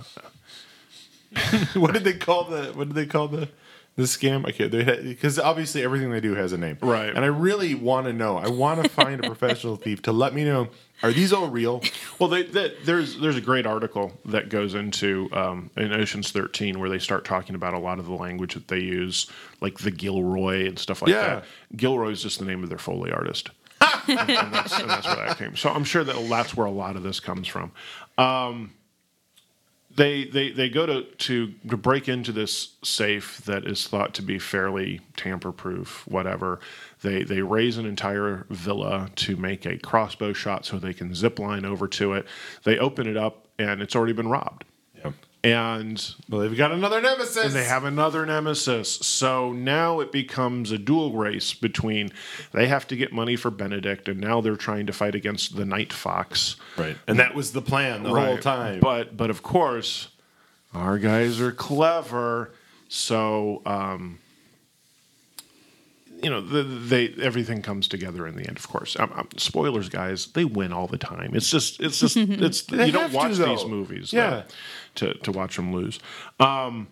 [laughs] what did they call the what did they call the the scam? I can't they because obviously everything they do has a name, Right. And I really want to know. I want to find [laughs] a professional thief to let me know are these all real? Well, they, they, there's there's a great article that goes into um, in Ocean's Thirteen where they start talking about a lot of the language that they use, like the Gilroy and stuff like Yeah. that. Gilroy is just the name of their foley artist, and, and that's, and that's where that came. So I'm sure that that's where a lot of this comes from. Um, they they they go to, to to break into this safe that is thought to be fairly tamper proof, whatever. They they raise an entire villa to make a crossbow shot so they can zip line over to it. They open it up and it's already been robbed. Yeah. And Well, they've got another nemesis. and they have another nemesis. So now it becomes a dual race between they have to get money for Benedict and now they're trying to fight against the Night Fox. right, and that was the plan the whole Right. time. But but of course, our guys are clever, so um, you know the, they everything comes together in the end. Of course, Um um, spoilers, guys, they win all the time. It's just [laughs] it's just it's They you have don't to, watch though. these movies, Yeah. though, to to watch them lose. Um,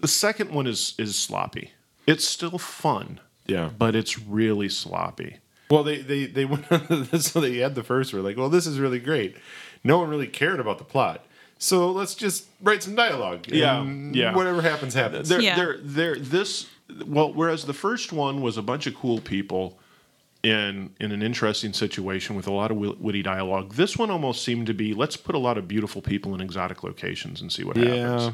the second one is is sloppy. It's still fun, Yeah. but it's really sloppy. Well, they they they went [laughs] so they had the first. We're like, well, this is really great. No one really cared about the plot, so let's just write some dialogue. Yeah, and yeah. Whatever happens, happens. They're, Yeah. they're, they're, this, well, whereas the first one was a bunch of cool people in, in an interesting situation with a lot of wi- witty dialogue, this one almost seemed to be let's put a lot of beautiful people in exotic locations and see what happens.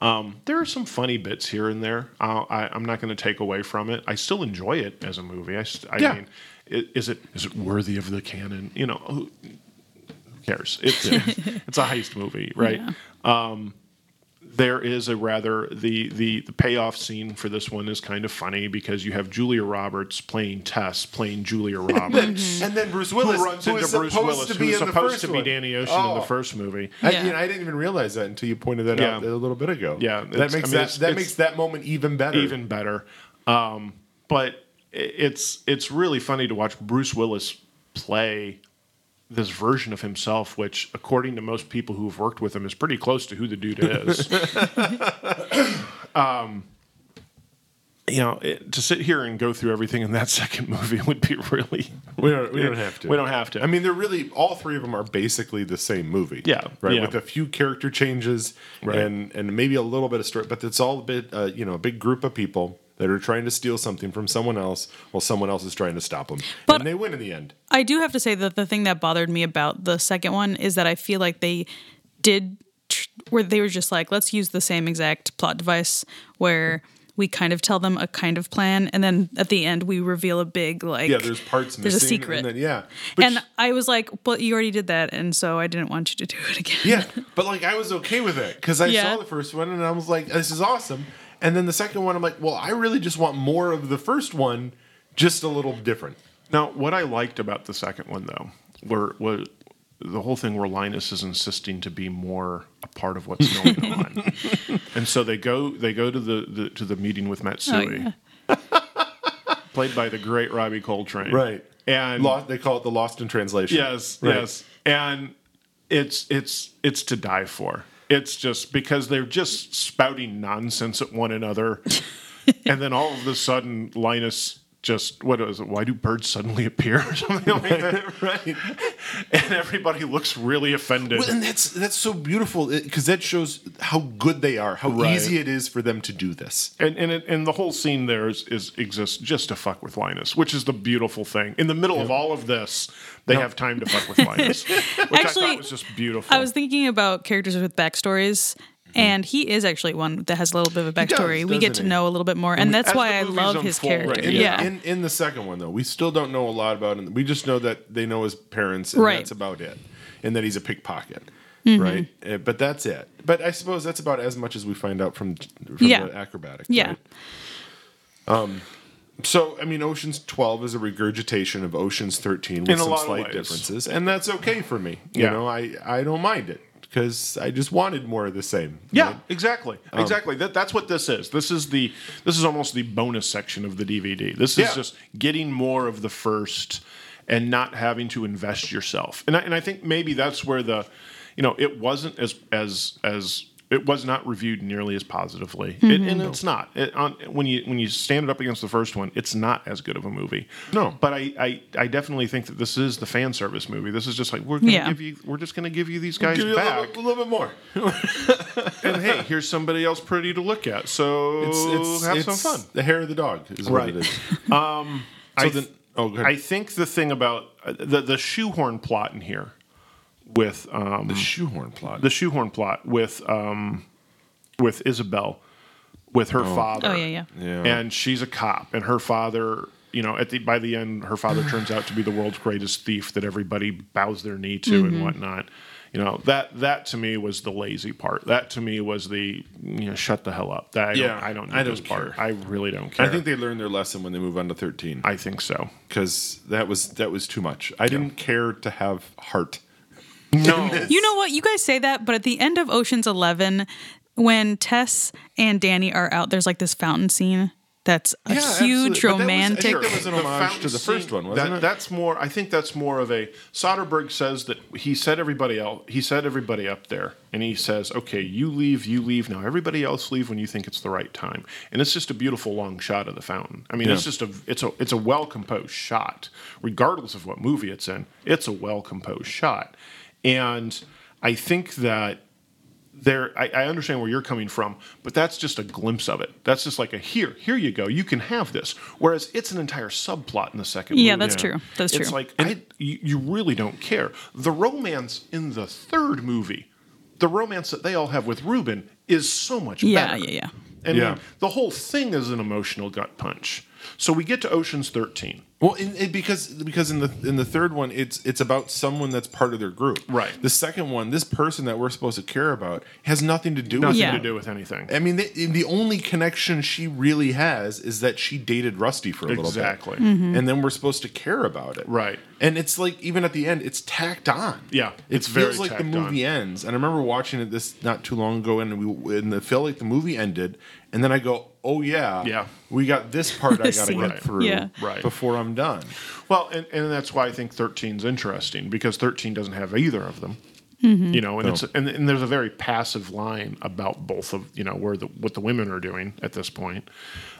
Um, There are some funny bits here and there. Uh, I, I'm not going to take away from it. I still enjoy it as a movie. I, st- I Yeah. mean, i- is it is it worthy of the canon? You know, who, who cares? It's it's a heist movie, right? Um, Yeah. there is a rather the, the the payoff scene for this one is kind of funny because you have Julia Roberts playing Tess playing Julia Roberts And then Bruce Willis, who runs who into is Bruce supposed Willis to be who's in the supposed first to be one. Danny Ocean in the Oh. first movie. I, Yeah. you know, I didn't even realize that until you pointed that out Yeah. a little bit ago. Yeah, that it's- I makes mean, that it's- that it's- makes that moment even better. even better. Um, but i- it's it's really funny to watch Bruce Willis play this version of himself, which, according to most people who've worked with him, is pretty close to who the dude [laughs] is. um, you know, it, to sit here and go through everything in that [laughs] second movie would be really. We don't, we don't have to. We don't have to. I mean, they're really all three of them are basically the same movie. Yeah, right. yeah. With a few character changes Right. and and maybe a little bit of story, but it's all a bit uh, you know a big group of people that are trying to steal something from someone else while someone else is trying to stop them, But- and they win in the end. I do have to say that the thing that bothered me about the second one is that I feel like they did tr- where they were just like, let's use the same exact plot device where we kind of tell them a kind of plan, and then at the end we reveal a big like Yeah, there's parts there's missing. a secret, And and, then, e-, yeah, But sh- I was like, but you already did that, and so I didn't want you to do it again. Yeah, but like I was okay with it because I Yeah. saw the first one and I was like, "This is awesome." And then the second one, I'm like, "Well, I really just want more of the first one, just a little different." Now, what I liked about the second one, though, were, was the whole thing where Linus is insisting to be more a part of what's going on, and so they go they go to the, the to the meeting with Matsui, yeah. played by the great Robbie Coltrane, Right. And Lost, they call it the Lost in Translation. yes, Right. yes, and it's it's it's to die for. It's just because they're just spouting nonsense at one another, and then all of a sudden, Linus just what is it? Why do birds suddenly appear [laughs] or something like that? [laughs] right. and everybody looks really offended. Well, and that's that's so beautiful because that shows how good they are, how Right. easy it is for them to do this. And and, it, and the whole scene there is, is exists just to fuck with Linus, which is the beautiful thing. In the middle of all of this, they have time to fuck with Linus, which I Actually, thought was just beautiful. I was thinking about characters with backstories. And he is actually one that has a little bit of a does, backstory. we get to doesn't Mm-hmm. he? know a little bit more, and that's as why the I movies love his unfold, right, character. In, Yeah, in in the second one though, we still don't know a lot about him. We just know that they know his parents, and Right. Mm-hmm. that's about it, and that he's a pickpocket, right? Uh, but that's it. But I suppose that's about as much as we find out from, from Yeah. the acrobatic. yeah. right? So I mean, Ocean's Twelve is a regurgitation of Ocean's Thirteen with In a some lot of slight ways. differences, and that's okay for me. You Yeah. know, I I don't mind it because I just wanted more of the same. yeah, right? exactly, Um, exactly. That that's what this is. This is the this is almost the bonus section of the DVD. This is Yeah. just getting more of the first and not having to invest yourself. And I, and I think maybe that's where the you know it wasn't as as as it was not reviewed nearly as positively, It- Mm-hmm. and it's not. It, on, when you when you stand it up against the first one, it's not as good of a movie. No. but I I, I definitely think that this is the fan service movie. This is just like we're gonna Yeah. give you we're just gonna give you these guys Give you a back little, bit- a little bit more. and hey, here's somebody else pretty to look at. So have some fun. The hair of the dog is what Right. it is. I, then- th- oh, go ahead. I think the thing about uh, the the shoehorn plot in here with um, the, Shoehorn plot. shoehorn plot with um, with Isabel with her father. Oh, yeah, yeah. Yeah. And she's a cop, and her father. You know, at the by the end, her [sighs] father turns out to be the world's greatest thief that everybody bows their knee to Mm-hmm. and whatnot. You know that that to me was the lazy part. That to me was the you know shut the hell up. That I Yeah, don't, I don't need I this don't part. care. I really don't care. I think they learned their lesson when they move on to thirteen I think so. because that was that was too much. I didn't care to have heart. [laughs] No, You know what? You guys say that, but at the end of Ocean's Eleven, when Tess and Danny are out, there's like this fountain scene that's a absolutely. But huge that was- I romantic. think that was an homage fountain to the first scene- one, wasn't that- it? That's more. I think that's more of a Soderbergh says that he set everybody else. He set everybody up there, and he says, "Okay, you leave, you leave now. Everybody else leave when you think it's the right time." And it's just a beautiful long shot of the fountain. I mean, it's Yeah. just a it's a it's a well composed shot, regardless of what movie it's in. It's a well composed shot, and I think that there I, I understand where you're coming from but that's just a glimpse of it that's just like a here here you go you can have this whereas it's an entire subplot in the second Yeah, movie. that's true. That's it's true. like I, you, you really don't care the romance in the third movie the romance that they all have with Ruben is so much yeah, better yeah, yeah. and Yeah. the whole thing is an emotional gut punch so we get to Ocean's 13 Well, in, it, because because in the in the third one, it's it's about someone that's part of their group. Right. The second one, this person that we're supposed to care about has nothing to do with nothing Yeah. to do with anything I mean, the, the only connection she really has is that she dated Rusty for a little bit. Exactly. Mm-hmm. And then we're supposed to care about it. Right. And it's like, even at the end, it's tacked on. Yeah, It it's very feels like the tacked movie ends. And I remember watching it this not too long ago, and we and I feel like the movie ended, and then I go, oh yeah, Yeah. we got this part [laughs] I got to Scene. get Right. through Yeah. Right. before I'm done. Well, and, and that's why I think 13's interesting because 13 doesn't have either of them. You know, and Oh. it's and, and there's a very passive line about both of you know where the what the women are doing at this point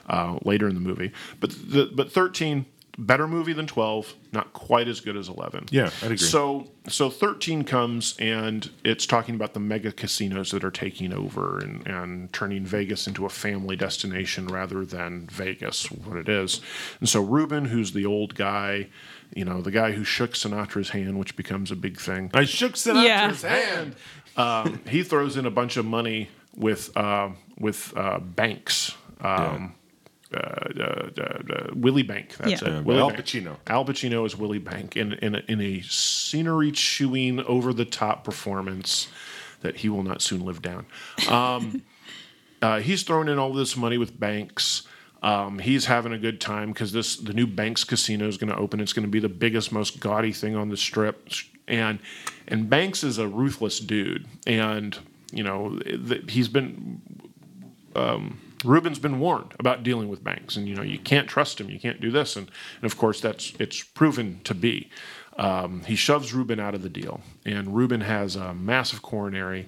uh, later in the movie, but the, but 13 better movie than 12, not quite as good as 11. Yeah, I'd agree. So so 13 comes and it's talking about the mega casinos that are taking over and and turning Vegas into a family destination rather than Vegas what it is. And so Ruben, who's the old guy, you know, the guy who shook Sinatra's hand, which becomes a big thing I shook Sinatra's Yeah. hand. um, he throws in a bunch of money with uh, with uh, banks. Um, uh, uh, uh, uh, Willie Bank. That's Yeah. it. Yeah, Willie Al Bank. Pacino. Al Pacino is Willie Bank in in a, in a scenery chewing, over the top performance that he will not soon live down. Um, [laughs] uh, he's throwing in all this money with banks. Um, he's having a good time because this the new Banks Casino is going to open. It's going to be the biggest, most gaudy thing on the strip, and and Banks is a ruthless dude, and you know th- he's been Ruben's been warned about dealing with banks, and you know you can't trust him. You can't do this, and, and of course that's it's proven to be. Um, he shoves Ruben out of the deal, and Ruben has a massive coronary,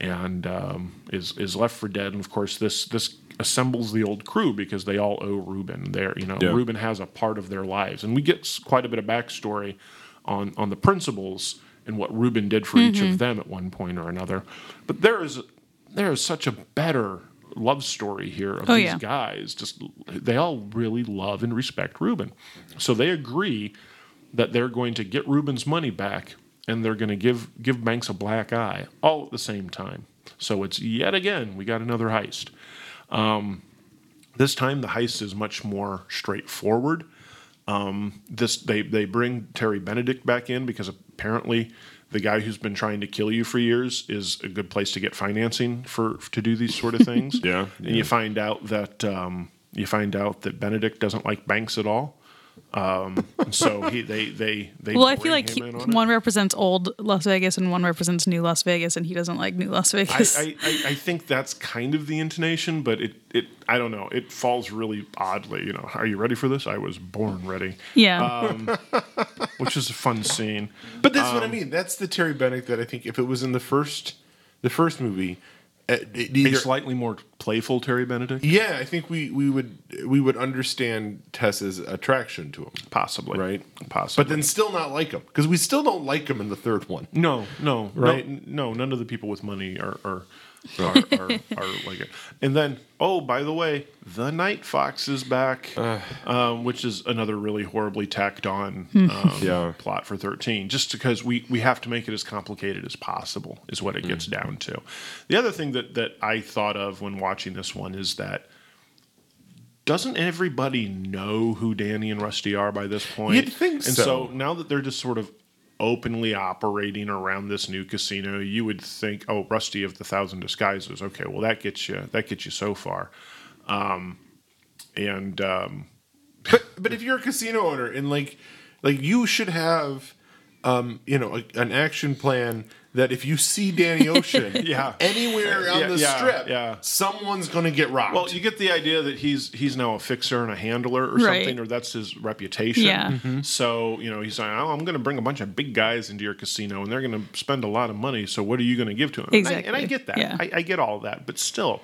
and um, is is left for dead. And of course this this assembles the old crew because they all owe Ruben. There, you know, Yeah. Ruben has a part of their lives, and we get s- quite a bit of backstory on on the principles and what Ruben did for each of them at one point or another. But there is there is such a better love story here of Oh, these yeah. guys. Just they all really love and respect Ruben, so they agree that they're going to get Ruben's money back and they're going to give give Banks a black eye all at the same time. So it's yet again we got another heist. Um, This time the heist is much more straightforward. Um, this they they bring Terry Benedict back in because apparently the guy who's been trying to kill you for years is a good place to get financing for to do [laughs] these sort of things. Yeah, and you find out that um, you find out that Benedict doesn't like banks at all. Um, so he they they they. Well, I bring feel like him he, in on it. one represents old Las Vegas and one represents new Las Vegas, and he doesn't like new Las Vegas. I, I, I- I think that's kind of the intonation, but it, it I don't know. It falls really oddly. You know, are you ready for this? I was born ready, [laughs] yeah, uh, which is a [laughs] fun scene. But that's what I mean. That's the Terry Bennett that I think if it was in the first, the first movie, it, it A either, slightly more playful Terry Benedict, yeah, I think we we would we would understand Tess's attraction to him, possibly, right? Possibly, but then still not like him because we still don't like him in the third one. No, no, Right? No, no, none of the people with money are are are, are, [laughs] are like it. And then, oh, by the way, the Night Fox is back, um, which is another really horribly tacked on um, Yeah. plot for thirteen. Just because we we have to make it as complicated as possible is what it gets down to. The other thing that that I thought of when watching this one is that. Doesn't everybody know who Danny and Rusty are by this point? You'd think and so. so now that they're just sort of openly operating around this new casino, you would think, oh, Rusty of the Thousand Disguises. Okay, well that gets you that gets you so far. Um, and um, But but if you're a casino owner and like like you should have um you know a, an action plan that if you see [laughs] Danny Ocean Yeah. anywhere on Yeah, the yeah, strip yeah. someone's going to get robbed. well, you get the idea that he's he's now a fixer and a handler or Right. something, or that's his reputation. Yeah. Mm-hmm. So you know he's like, oh, I'm going to bring a bunch of big guys into your casino, and they're going to spend a lot of money. So what are you going to give to them? And I, Exactly. and I get that. Yeah. I, I get all that, but still.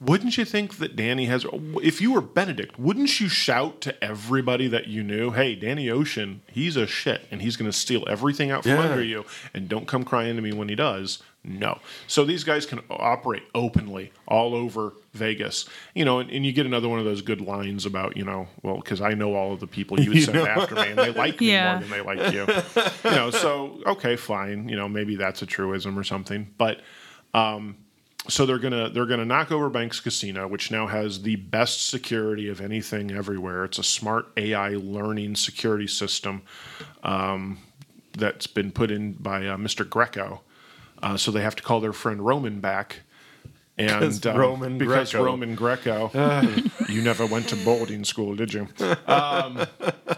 Wouldn't you think that Danny has? If you were Benedict, wouldn't you shout to everybody that you knew, "Hey, Danny Ocean, he's a shit, and he's going to steal everything out from Yeah. under you, and don't come crying to me when he does." No. So these guys can operate openly all over Vegas, you know, and, and you get another one of those good lines about, you know, well, because I know all of the people you would send after me, and they like me Yeah. more than they like you, you know. So okay, fine, you know, maybe that's a truism or something, but so they're gonna they're gonna knock over Banks Casino, which now has the best security of anything everywhere. It's a smart AI learning security system um, that's been put in by uh, Mr. Greco. Uh, so they have to call their friend Roman back, and um, 'Cause Roman because Greco. Ah. [laughs] Roman Greco, you never went to boarding school, did you? Um,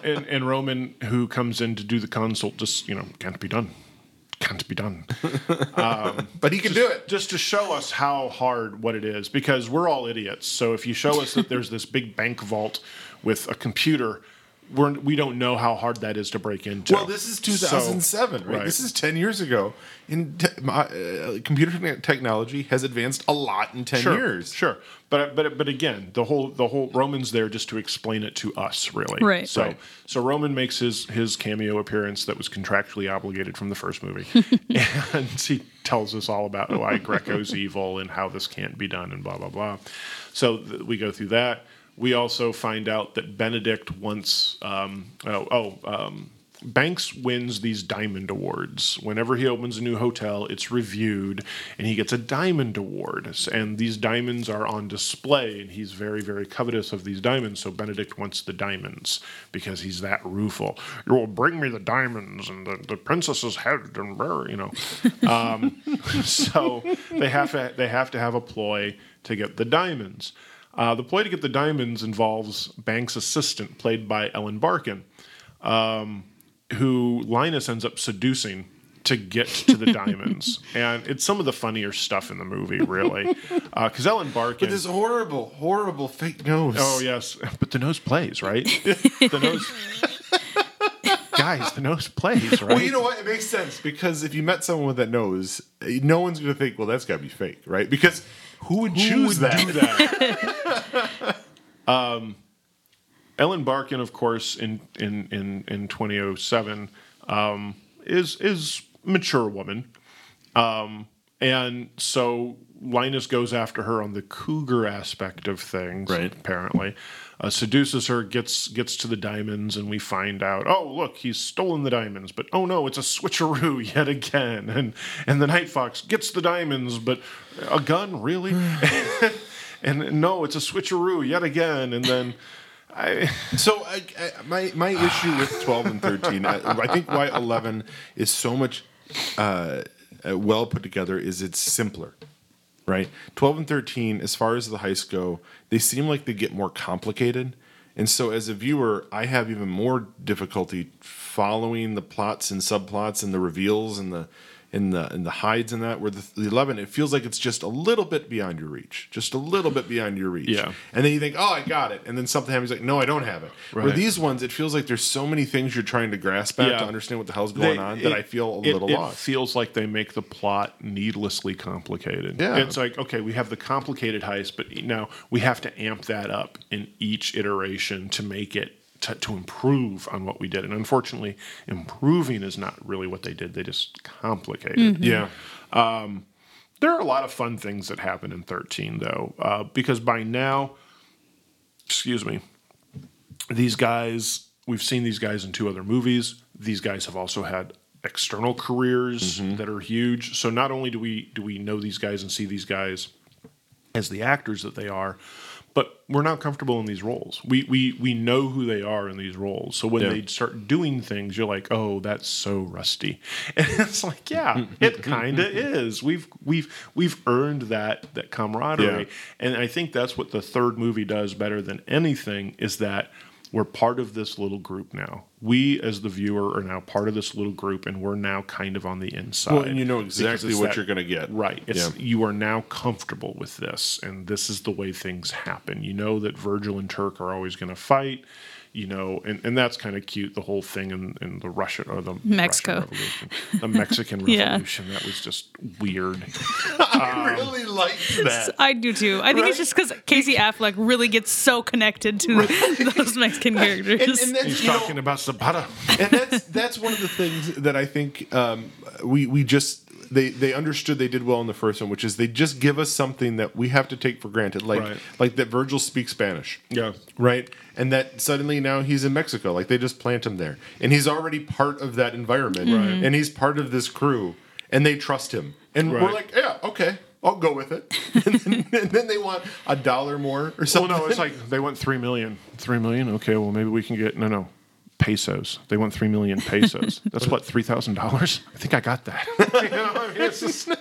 and, and Roman, who comes in to do the consult, just you know can't be done, can't done to be done. But he can do it. Just to show us how hard what it is, because we're all idiots. So if you show us that there's this big bank vault with a computer, we're, we don't know how hard that is to break into. Well, this is 2007, So- right? This is 10 years ago. And te- my, uh, computer te- technology has advanced a lot in 10 sure, years. Sure, but but but again, the whole the whole Roman's there just to explain it to us, really. Right. So Right. so Roman makes his his cameo appearance that was contractually obligated from the first movie, and he tells us all about why Greco's evil and how this can't be done and blah blah blah. So th- we go through that. We also find out that Benedict once um, oh oh. Um, Banks wins these diamond awards. Whenever he opens a new hotel, it's reviewed and he gets a diamond award. S- And these diamonds are on display, and he's very, very covetous of these diamonds. So Benedict wants the diamonds because he's that rueful. You will bring me the diamonds and the, the princess's head, and brr, you know. Um, so they have to they have to have a ploy to get the diamonds. Uh, the ploy to get the diamonds involves Banks' assistant, played by Ellen Barkin um, who Linus ends up seducing to get to the [laughs] diamonds. And it's some of the funnier stuff in the movie, really. Because Ellen Barkin. But this horrible, horrible fake nose. oh, yes. But the nose plays, right? [laughs] the nose. [laughs] Guys, the nose plays, right? Well, you know what? It makes sense because if you met someone with that nose, eh, no one's going to think, well, that's got to be fake, right? Because who would choose would that? do that? Um, Ellen Barkin, of course, in in in in 2007, um, is is mature woman, um, and so Linus goes after her on the cougar aspect of things, Right. Apparently, uh, seduces her, gets gets to the diamonds, and we find out, oh look, he's stolen the diamonds, but oh no, it's a switcheroo [laughs] yet again, and and the Night Fox gets the diamonds, but a gun really, [laughs] and no, it's a switcheroo yet again, and then. I, So I, I, my [sighs] my issue with twelve and thirteen, I, I think why eleven is so much uh, uh, well put together is it's simpler, right? Twelve and thirteen, as far as the heists go, they seem like they get more complicated, and so as a viewer, I have even more difficulty following the plots and subplots and the reveals and the and the and the hides and that. Where the, the eleven, it feels like it's just a little bit beyond your reach, just a little bit beyond your reach. Yeah. And then you think, oh, I got it. And then something happens, like, no, I don't have it. Where Right. these ones, it feels like there's so many things you're trying to grasp at Yeah. to understand what the hell's going they- on that it- I feel a it- little it lost. feels like they make the plot needlessly complicated. Yeah. It's like, okay, we have the complicated heist, but now we have to amp that up in each iteration to make it. To, to improve on what we did. And unfortunately, improving is not really what they did. They just complicated. it. yeah. There are a lot of fun things that happen in 13, though, uh, because by now, excuse me, these guys, we've seen these guys in two other movies. These guys have also had external careers that are huge. So not only do we do we know these guys and see these guys as the actors that they are, but we're now comfortable in these roles. We we we know who they are in these roles. So when Yeah. they start doing things, you're like, "Oh, that's so rusty." [laughs] And it's like, "Yeah, [laughs] it kind of is. We've we've we've earned that that camaraderie." Yeah. And I think that's what the third movie does better than anything is that we're part of this little group now. We, as the viewer, are now part of this little group, and we're now kind of on the inside. Well, and you know Because exactly it's what that- you're going to get. Right. It's, Yeah. You are now comfortable with this, and this is the way things happen. You know that Virgil and Turk are always going to fight. You know, and, and that's kind of cute. The whole thing in, in the Russian or the Mexico. Russian Revolution, the [laughs] Mexican Yeah. Revolution. That was just weird. [laughs] Um, I really like [laughs] that. [laughs] I do too. I think it's just because Casey Affleck really gets so connected to [laughs] those Mexican characters. [laughs] And, and that's, He's you know, talking about Zapata. and that's that's one of the things that I think um, we we just they they understood they did well in the first one, which is they just give us something that we have to take for granted, like Right. like that Virgil speaks Spanish, Yeah. right, and that suddenly now he's in Mexico, like they just plant him there, and he's already part of that environment, right, and he's part of this crew, and they trust him, and we're Right. like, yeah, okay. I'll go with it, [laughs] and then, and then they want a dollar more or Well, something. no, it's like they want three million. Three million? Okay, well maybe we can get no, no, pesos. They want three million [laughs] pesos. That's what three thousand dollars. I think I got that. [laughs] You know, I mean, it's just- No.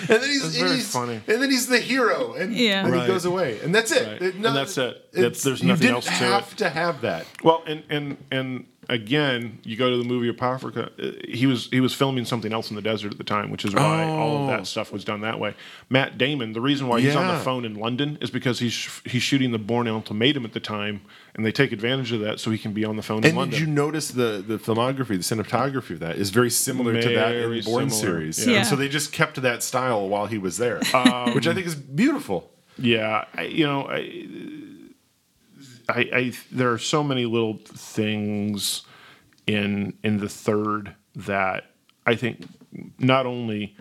And then he's, It's and very he's- funny. And then he's the hero, and, Yeah. and he Right. goes away, and that's it. Right. It- no- And that's it. it's- That's- there's you nothing didn't else to have it. to have that. well, and and and again, you go to the movie Apocrypha. uh, He was he was filming something else in the desert at the time, which is why all of Oh. that stuff was done that way. Matt Damon, the reason why he's on Yeah. the phone in London is because he's he's shooting the Born Ultimatum at the time, and they take advantage of that so he can be on the phone in And London. did you notice the the filmography, the cinematography of that is very similar to that in Very the Bourne similar. series. Yeah. And so they just kept to that style while he was there, Um, which I think is beautiful. Yeah, I, you know, I, I, I, there are so many little things in in the third that I think not only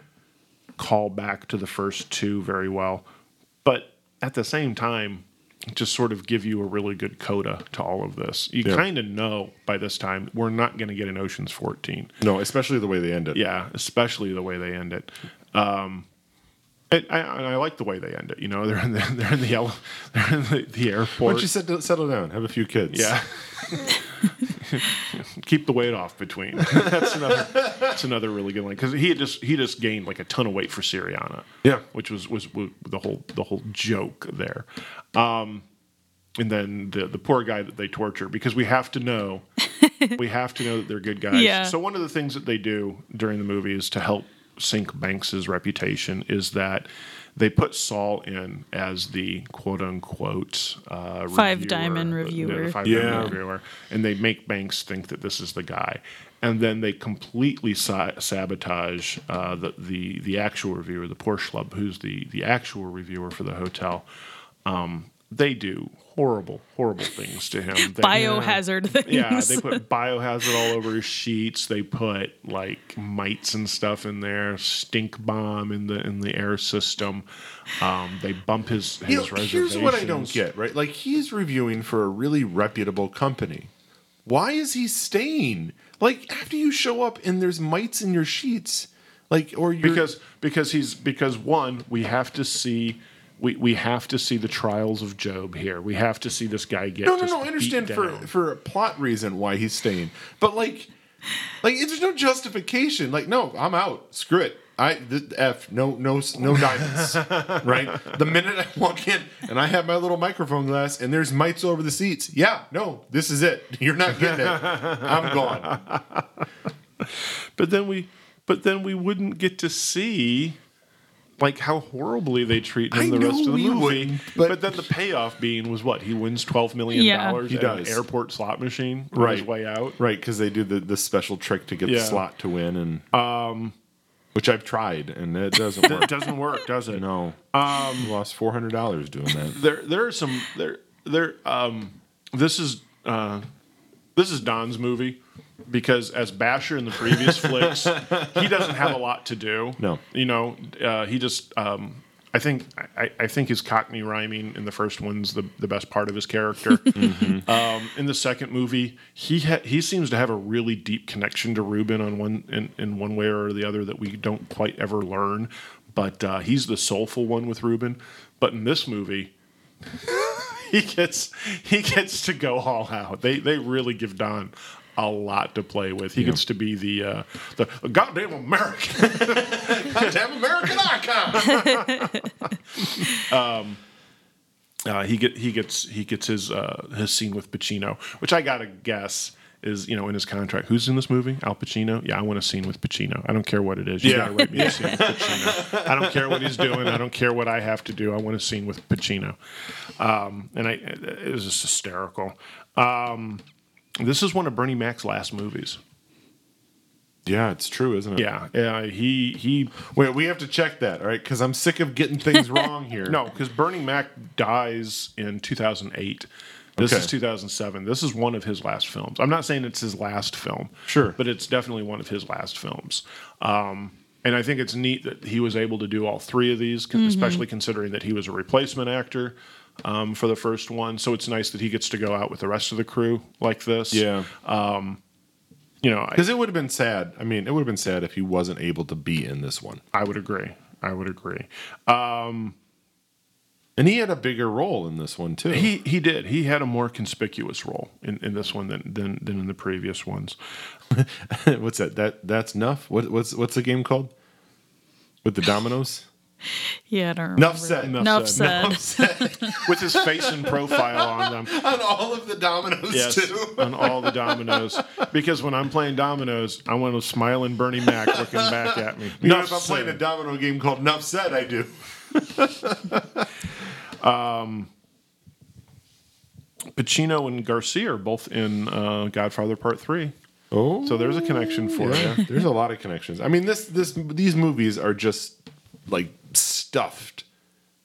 call back to the first two very well, but at the same time, just sort of give you a really good coda to all of this. You Yeah. kind of know by this time we're not going to get an Ocean's Fourteen. No, especially the way they end it. Yeah, especially the way they end it. Um, and I, and I like the way they end it. You know, they're in the [laughs] they're in the ele- they're in the, the Why airport. don't you settle, settle down, have a few kids? yeah. Keep the weight off between. [laughs] That's another. That's another really good one because he had just he just gained like a ton of weight for Syriana. Yeah. which was was, was the whole the whole joke there. Um, and then the the poor guy that they torture because we have to [laughs] know we have to know that they're good guys. Yeah. So one of the things that they do during the movie is to help sink Banks's reputation is that they put Saul in as the quote unquote uh, Five reviewer, diamond the- the reviewer. five Yeah. diamond reviewer, and they make Banks think that this is the guy, and then they completely sa- sabotage uh, the, the the actual reviewer, the poor schlub, who's the the actual reviewer for the hotel. Um, they do horrible, horrible things to him. They- Biohazard things. yeah, they put biohazard all over his sheets. They put like mites and stuff in there. Stink bomb in the in the air system. Um, they bump his his You know, reservations. here's what I don't get, right? Like he's reviewing for a really reputable company. Why is he staying? Like after you show up and there's mites in your sheets, like or you because because he's because one we have to see. We, we have to see the trials of Job here. We have to see this guy get no no just no. I beat understand for down. for a plot reason why he's staying, but like like there's no justification. Like no, I'm out. Screw it. I th- f no no um, no [laughs] diamonds. [laughs] right. The minute I walk in and I have my little microphone glass and there's mites over the seats. Yeah. No. This is it. [laughs] You're not getting it. I'm gone. [laughs] But then we but then we wouldn't get to see like how horribly they treat him I the rest know of the we movie. wouldn't, But, but- then the payoff being was what? He wins twelve million Yeah. dollars He at an does. airport slot machine on his Right. way out. Right, because they do the, the special trick to get Yeah. the slot to win, and um, which I've tried, and it [laughs] doesn't work. It doesn't work, does [laughs] it? no, um, lost four hundred dollars doing that. There there are some there there um this is uh this is Don's movie because as Basher in the previous flicks, he doesn't have a lot to do. No. you know, uh, he just. Um, I think I, I think his Cockney rhyming in the first one's the, the best part of his character. um, in the second movie, he ha- he seems to have a really deep connection to Ruben on one in, in one way or the other that we don't quite ever learn. But uh, he's the soulful one with Ruben. But in this movie, [laughs] he gets he gets to go all out. They they really give Don a lot to play with. He gets to be the uh, the goddamn American. [laughs] Damn American icon! Uh, he get he gets he gets his uh, his scene with Pacino, which I gotta guess is you know in his contract. Who's in this movie? Al Pacino. Yeah, I want a scene with Pacino. I don't care what it is. You Yeah. gotta write me a scene with Pacino. I don't care what he's doing. I don't care what I have to do. I want a scene with Pacino. Um, and I it was just hysterical. Um, this is one of Bernie Mac's last movies. yeah, it's true, isn't it? Yeah, yeah. He he. Wait, we have to check that, all right? Because I'm sick of getting [laughs] things wrong here. No, because Bernie Mac dies in 2008. This Okay. is 2007. This is one of his last films. I'm not saying it's his last film, Sure. but it's definitely one of his last films. Um, and I think it's neat that he was able to do all three of these, con- especially considering that he was a replacement actor um, for the first one. So it's nice that he gets to go out with the rest of the crew like this. yeah, you know, I, because Uh, it would have been sad. I mean, it would have been sad if he wasn't able to be in this one, I would agree. I would agree. and he had a bigger role in this one too. [laughs] He he did. He had a more conspicuous role in, in this one than, than than in the previous ones. [laughs] what's that? That that's enough. What, what's what's the game called? With the dominoes. [laughs] Yeah, I don't remember. Enough said. Enough Enough said. said. with his face and profile on them. [laughs] On all of the dominoes Yes, too. on all the dominoes. Because when I'm playing dominoes, I want to smile and Bernie Mac looking back at me. You know, Enough if I'm said. playing a domino game called Nuff Said, I do. Pacino and Garcia are both in uh, Godfather Part Three, Oh, so there's a connection for you. there's a lot of connections. I mean, this this these movies are just like stuffed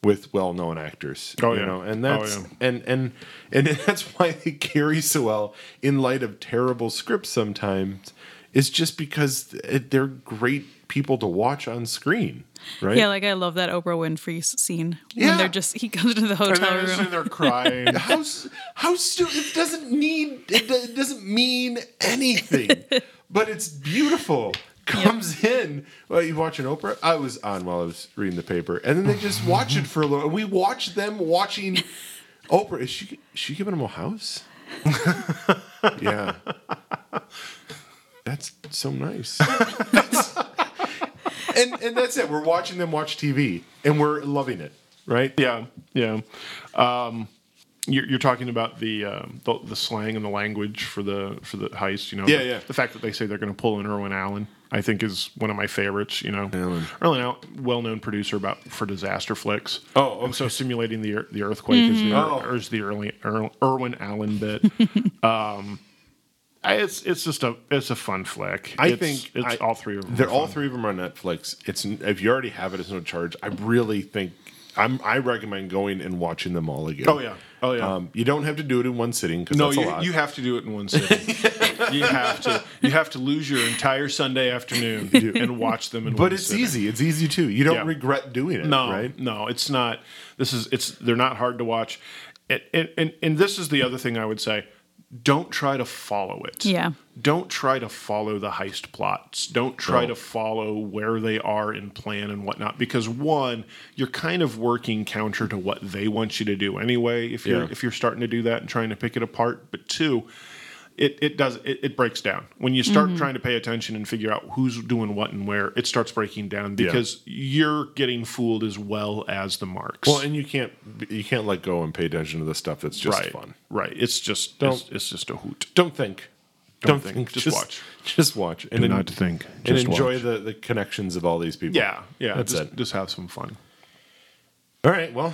with well-known actors. Oh, you yeah. know, and Oh, that's yeah. and and and [laughs] that's why they carry so well in light of terrible scripts sometimes. Is just because it, they're great people to watch on screen, right? Yeah, like I love that Oprah Winfrey s- scene. Yeah. When they're just, [laughs] he comes into the And hotel they're sitting room. there crying. [laughs] how s- how stupid it doesn't need it, do- it doesn't mean [laughs] anything but it's beautiful comes in well, you watching oprah i was on while i was reading the paper and then they just watch it for a little and we watch them [laughs] watching oprah is she is she giving them a house yeah that's so nice and and that's it we're watching them watch tv and we're loving it right yeah, yeah. Um, you're, you're talking about the, um the the slang and the language for the for the heist. You know, Yeah, the, yeah. The fact that they say they're going to pull an Irwin Allen, I think, is one of my favorites. You know, Allen. Irwin Allen, well-known producer about for disaster flicks. Oh, and so simulating the ear- the earthquake is the Mhm. or is the early, Ir- Irwin [laughs] Allen bit. um, I- it's it's just a it's a fun flick. I It's- think it's I- all three of them. They're are all fun. three of them are on Netflix. It's if you already have it, it's no charge. I really think I'm. I recommend going and watching them all again. Oh, yeah. Oh, yeah. Um, you don't have to do it in one sitting because No, that's a you, lot. you have to do it in [laughs] one sitting. you have to you have to lose your entire Sunday afternoon and watch them in one but it's sitting. easy. It's easy too. You don't Yeah. regret doing it. No, right? no, it's not. This is it's they're not hard to watch. And, and and and this is the other thing I would say. Don't try to follow it. [laughs] Yeah. Don't try to follow the heist plots. Don't try No. to follow where they are in plan and whatnot. Because one, you're kind of working counter to what they want you to do anyway. If you're Yeah. if you're starting to do that and trying to pick it apart, but two, it, it does it, it breaks down when you start trying to pay attention and figure out who's doing what and where. It starts breaking down because you're getting fooled as well as the marks. Well, and you can't. You can't let go and pay attention to the stuff that's just right, fun. right. It's just it's, it's just a hoot. Don't think. Don't think. Just watch. [laughs] Just watch. And Do en- not think. And Just enjoy watch. the the connections of all these people. Yeah, yeah. That's just, it. just have some fun. All right. Well,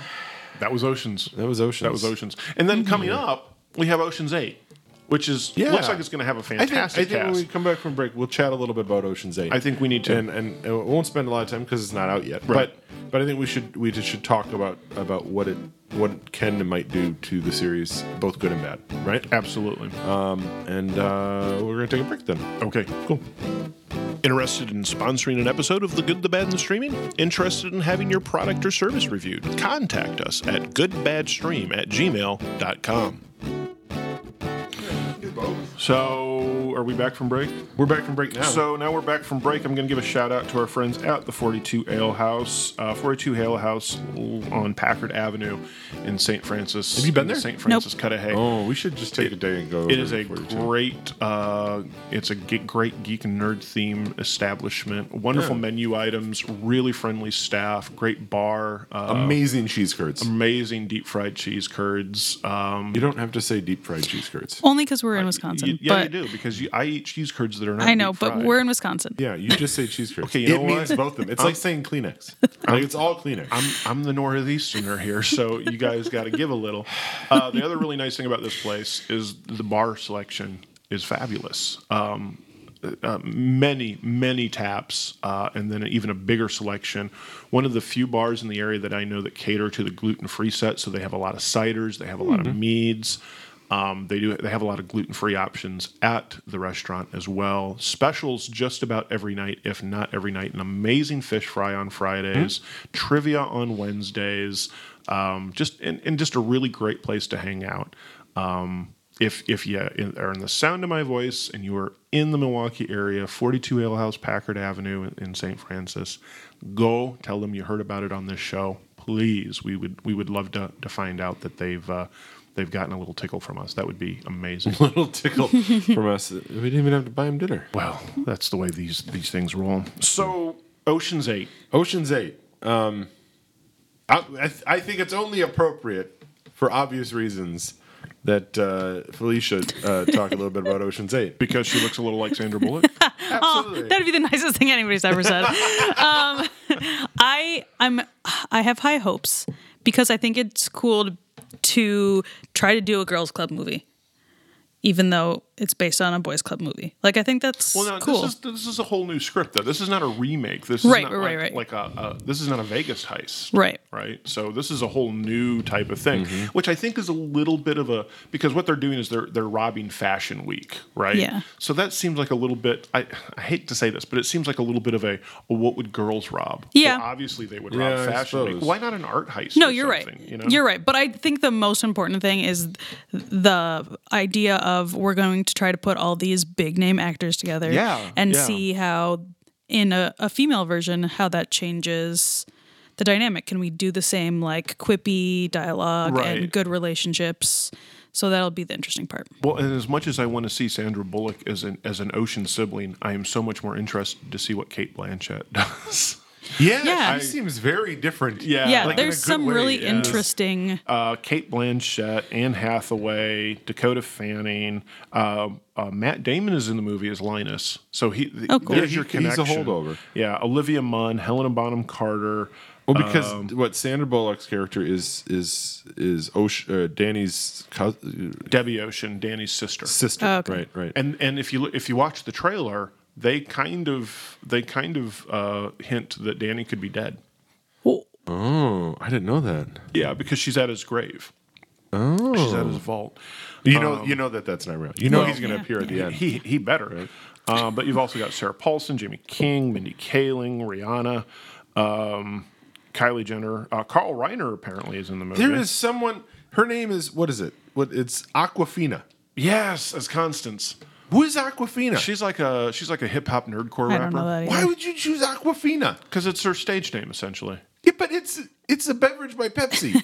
That was Oceans. that was Ocean. That was Oceans. And then coming up, we have Oceans 8, which is Mm-hmm. Yeah. looks like it's going to have a I think, I fantastic think when we cast. come back from break, we'll chat a little bit about Ocean's Eight. I think we need to. and and it won't spend a lot of time because it's not out yet. Right. But but I think we should we just should talk about about what it what it can and might do to the series, both good and bad, right? Absolutely. Um, and uh, we're gonna take a break then. Okay, cool. Interested in sponsoring an episode of The Good, the Bad, and the Streaming? Interested in having your product or service reviewed? Contact us at goodbadstream at gmail.com. So, are we back from break? We're back from break now. So now we're back from break. I'm going to give a shout out to our friends at the 42 Ale House, uh, 42 Ale House on Packard Avenue in St. Francis. Have you been in the there? St. Francis Cudahy. oh, we should just take a day and go. over It is a before we do. great, uh, it's a ge- great geek and nerd theme establishment. Wonderful Yeah. menu items, really friendly staff, great bar, Oh. uh, amazing cheese curds. amazing deep fried cheese curds. Um, you don't have to say deep fried cheese curds. Only because we're in Wisconsin. y- yeah, but you do because you, I eat cheese curds that are not. I know, deep but fried. we're in Wisconsin. Yeah, you just say cheese curds. Okay, you it know what? means both of them. It's like saying [laughs] Kleenex. Like it's all Kleenex. I'm, I'm the northeasterner here, so you guys got to give a little. Uh, the other really nice thing about this place is the bar selection is fabulous. Um, uh, many, many taps, uh, and then even a bigger selection. One of the few bars in the area that I know that cater to the gluten-free set, so they have a lot of ciders, they have a lot of meads. Um, they do. They have a lot of gluten-free options at the restaurant as well. Specials just about every night, if not every night. An amazing fish fry on Fridays, trivia on Wednesdays. Um, just and, and just a really great place to hang out. Um, if if you are in the sound of my voice and you are in the Milwaukee area, 42 Ale House, Packard Avenue in St. Francis, go tell them you heard about it on this show. Please, we would we would love to, to find out that they've uh, they've gotten a little tickle from us. That would be amazing. little tickle from us. [laughs] We didn't even have to buy him dinner. well, that's the way these these things roll. So, Ocean's Eight. Ocean's Eight. um, I, I th- I think it's only appropriate, for obvious reasons, that uh, Felicia uh, talk a little bit about Ocean's Eight. because she looks a little like Sandra Bullock. Absolutely. Oh, That'd be the [laughs] nicest thing anybody's [laughs] ever said. um, [laughs] I I'm I have high hopes because I think it's cool to, to try to do a girls' club movie, even though it's based on a boys' club movie. Like I think that's Well, no, cool. this is this is a whole new script though. This is not a remake. This Right, is not right, like, like a, a this is not a Vegas heist. Right. Right. So this is a whole new type of thing, which I think is a little bit of a because what they're doing is they're they're robbing Fashion Week, right? Yeah. So that seems like a little bit. I, I hate to say this, but it seems like a little bit of a what would girls rob? Yeah. Well, obviously they would Yeah, I rob Fashion Week. suppose. Why not an art heist? no, or you're right. something, You know? You're right. But I think the most important thing is the idea of we're going to try to put all these big name actors together Yeah, and yeah. see how, in a, a female version, how that changes the dynamic. Can we do the same, like quippy dialogue Right. and good relationships? So that'll be the interesting part. Well, and as much as I want to see Sandra Bullock as an as an Ocean sibling, I am so much more interested to see what Kate Blanchett [laughs] does. yeah, Yeah. she seems very different. Yeah, like in a there's good some way, really yes. interesting. Uh, Kate Blanchett, Anne Hathaway, Dakota Fanning, uh, uh, Matt Damon is in the movie as Linus. So he, th- Oh, cool. there's Yeah, your he- he's a connection. holdover. Yeah, Olivia Munn, Helena Bonham Carter. Well, because what Sandra Bullock's character is is is Osh, uh, Danny's cous- uh, Debbie Ocean, Danny's sister. sister, Oh, okay. right? Right. And and if you look- if you watch the trailer, they kind of they kind of uh, hint that Danny could be dead. oh, I didn't know that. Yeah, because she's at his grave. Oh, she's at his vault. You know, you know that that's not real. Um, You know well, he's going to Yeah. appear at the end. He he better. Uh, but you've also got Sarah Paulson, Jamie King, Mindy Kaling, Rihanna, um, Kylie Jenner. Uh, Carl Reiner apparently is in the movie. There is someone. Her name is what is it? What it's Aquafina. yes, as Constance. Who is Aquafina? She's like a she's like a hip hop nerdcore I rapper. don't know that Why either. would you choose Aquafina? Because it's her stage name essentially, Yeah, but it's it's a beverage by [laughs] Pepsi.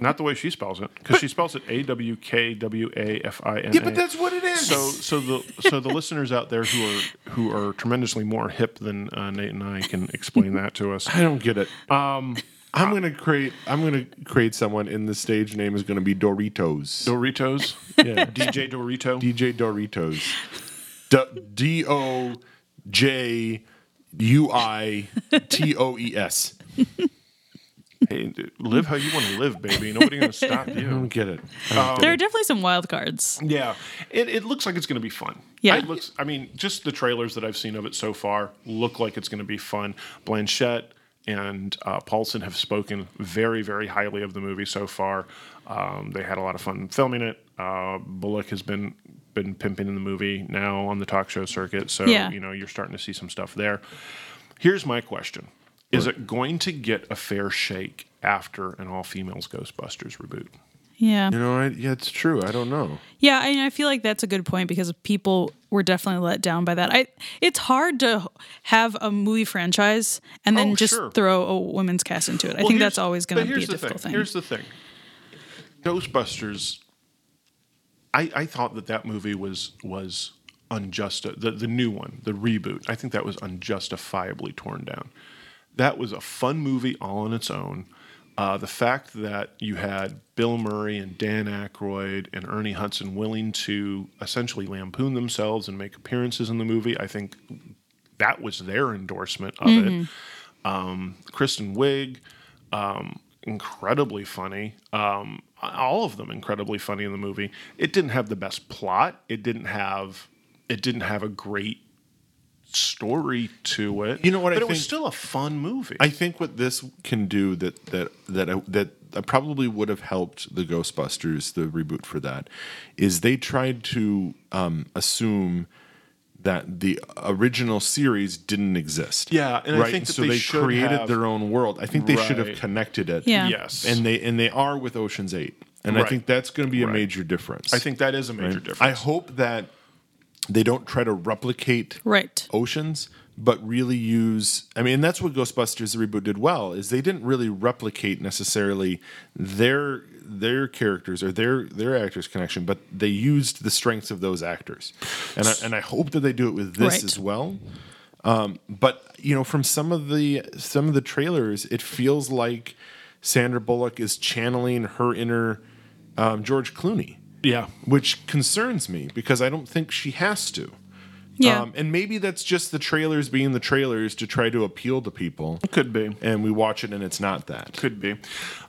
not the way she spells it. Because she spells it A W K W A F I N. yeah, but that's what it is. So, so the so the listeners out there who are who are tremendously more hip than uh, Nate and I can explain that to us. I don't get it. Um, I'm going to create. I'm going to create someone, and the stage name is going to be Doritos. [laughs] Doritos, yeah, DJ Dorito, DJ Doritos. D O J U I T O E S. Hey, d- live how you want to live, baby. Nobody gonna stop I don't you. get it. There are definitely some wild cards. Yeah, it, it looks like it's gonna be fun. Yeah. it looks. I mean, just the trailers that I've seen of it so far look like it's gonna be fun. Blanchett and uh, Paulson have spoken very, very highly of the movie so far. Um, they had a lot of fun filming it. Uh, Bullock has been been pimping in the movie now on the talk show circuit, so Yeah. you know you're starting to see some stuff there. Here's my question. Is it going to get a fair shake after an all females Ghostbusters reboot? Yeah. You know, I, yeah, it's true. I don't know. Yeah, I, I feel like that's a good point because people were definitely let down by that. I it's hard to have a movie franchise and then Oh, just sure. throw a women's cast into it. I Well, think here's- that's always but going to be here's a the difficult thing. Here's the thing. Ghostbusters. I, I thought that that movie was was unjust. The the new one, the reboot. I think that was unjustifiably torn down. That was a fun movie all on its own. Uh, the fact that you had Bill Murray and Dan Aykroyd and Ernie Hudson willing to essentially lampoon themselves and make appearances in the movie, I think that was their endorsement of it. Um, Kristen Wiig, um, incredibly funny. Um, all of them incredibly funny in the movie. It didn't have the best plot. It didn't have. It didn't have a great story to it. You know what I But it was think- still a fun movie. I think what this can do that that that I, that I probably would have helped the Ghostbusters the reboot for that is they tried to um, assume that the original series didn't exist. Yeah, and I think that so they they, should created have- their own world. I think they should have Right. connected it. Yeah. yes, and they and they are with Ocean's Eight, and Right. I think that's going to be a Right. major difference. I think that is a major difference. I hope that they don't try to replicate right. oceans but really use i mean and that's what ghostbusters the reboot did well is they didn't really replicate necessarily their their characters or their their actors connection but they used the strengths of those actors and i, and I hope that they do it with this Right. as well Um, but you know, from some of the some of the trailers, it feels like Sandra Bullock is channeling her inner um, George Clooney, Yeah. which concerns me because I don't think she has to. Yeah. Um, and maybe that's just the trailers being the trailers to try to appeal to people. Could be. And we watch it and it's not that. Could be.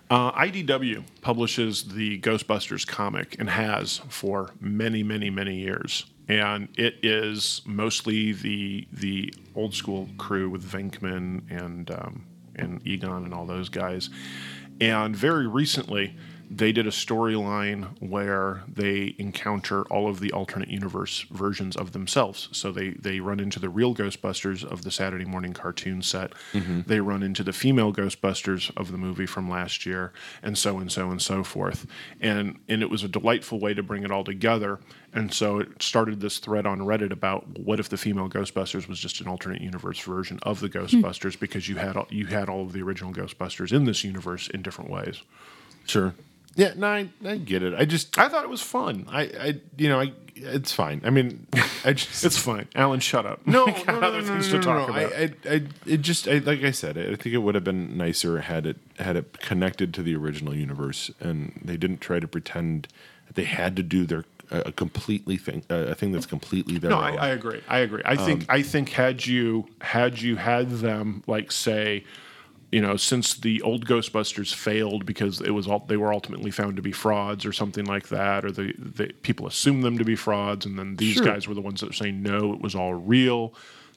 Uh, IDW publishes the Ghostbusters comic and has for many, many, many years. And it is mostly the the old school crew with Venkman and um, and Egon and all those guys. And very recently, they did a storyline where they encounter all of the alternate universe versions of themselves. So they they run into the real Ghostbusters of the Saturday morning cartoon set. They run into the female Ghostbusters of the movie from last year, and so and so and so forth. And and it was a delightful way to bring it all together. And so it started this thread on Reddit about what if the female Ghostbusters was just an alternate universe version of the Ghostbusters because you had all, you had all of the original Ghostbusters in this universe in different ways. Sure. Yeah, no, I, I get it. I just, I thought it was fun. I, I, you know, I, it's fine. I mean, [laughs] I just, It's fine. Alan, shut up. no, [laughs] We no, got no, no, other no, no, things to no, talk no. I, about. I, I, it just, I, like I said, I think it would have been nicer had it, had it connected to the original universe, and they didn't try to pretend that they had to do their a a completely thing, a thing that's completely their no, own. I, I agree. I agree. I Um, think I think had you had you had them like say, you know, since the old Ghostbusters failed because it was all they were ultimately found to be frauds or something like that, or the, the people assumed them to be frauds, and then these Sure. guys were the ones that were saying no, it was all real.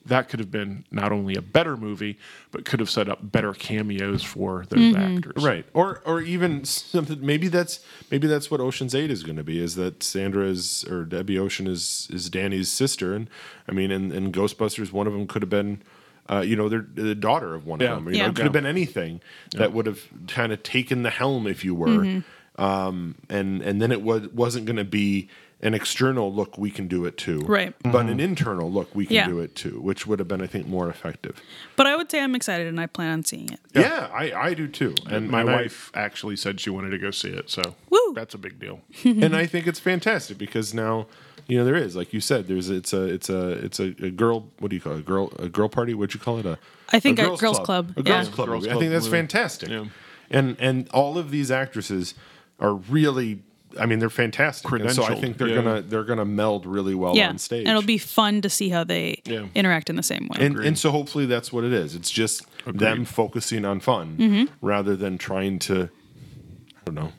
That could have been not only a better movie, but could have set up better cameos for those actors. Mm-hmm. right or or even something maybe that's maybe that's what ocean's 8 is going to be is that sandra is or debbie ocean is is danny's sister and i mean in, in ghostbusters one of them could have been uh, you know, they're the daughter of one Yeah. of them. You Yeah. know, it could have been anything that would have kind of taken the helm, if you were. Mm-hmm. Um, and and then it was wasn't going to be an external look. We can do it too, Right. But an internal look. We can Yeah. do it too, which would have been, I think, more effective. but I would say I'm excited and I plan on seeing it. Yeah, I, I do too. And my I- wife actually said she wanted to go see it, so Woo. that's a big deal. and Mm-hmm. I think it's fantastic because now you know there is like you said there's it's a it's a it's a, a girl what do you call it? a girl a girl party what'd you call it a I think a girls' club, a girls yeah. club Girls movie. I club think that's movie. fantastic Yeah. and and all of these actresses are really I mean they're fantastic and so I Credentialed, think they're yeah. gonna they're gonna meld really well yeah. on stage And it'll be fun to see how they Yeah. interact in the same way. and, and so hopefully that's what it is it's just them focusing on fun Mm-hmm. rather than trying to I don't know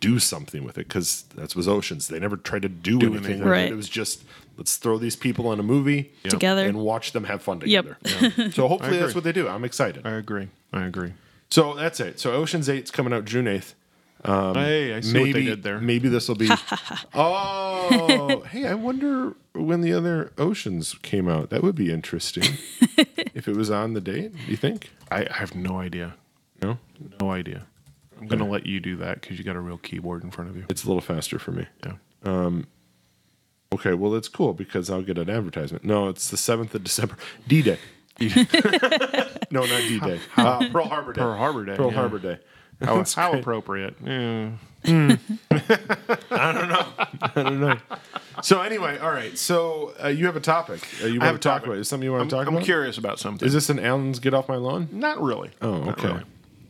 do something with it because that's was oceans they never tried to do, anything, anything. with it. Right. it was just let's throw these people in a movie Together. and watch them have fun Yep. together [laughs] so hopefully that's agree. what they do i'm excited I agree. I agree. so that's it so oceans 8's coming out june 8th hey, I see maybe what they did there. maybe this will [laughs] be oh hey i wonder when the other oceans came out that would be interesting [laughs] if it was on the date you think I, I have no idea. No, No idea. I'm going to let you do that because you got a real keyboard in front of you. it's a little faster for me. Yeah. Um, Okay, well that's cool because I'll get an advertisement. No, it's the seventh of December, D [laughs] Day. no, not D Day. Uh, Pearl Harbor Day. Pearl Harbor Day, Pearl eh? yeah. Harbor Day. How, [laughs] how appropriate. Yeah. So anyway, all right. So uh, you have a topic uh, you have want to a talk topic. about? Is something you want I'm, to talk I'm about? curious about something. Is this an Allen's get off my lawn? Not really. Oh, Not okay. really.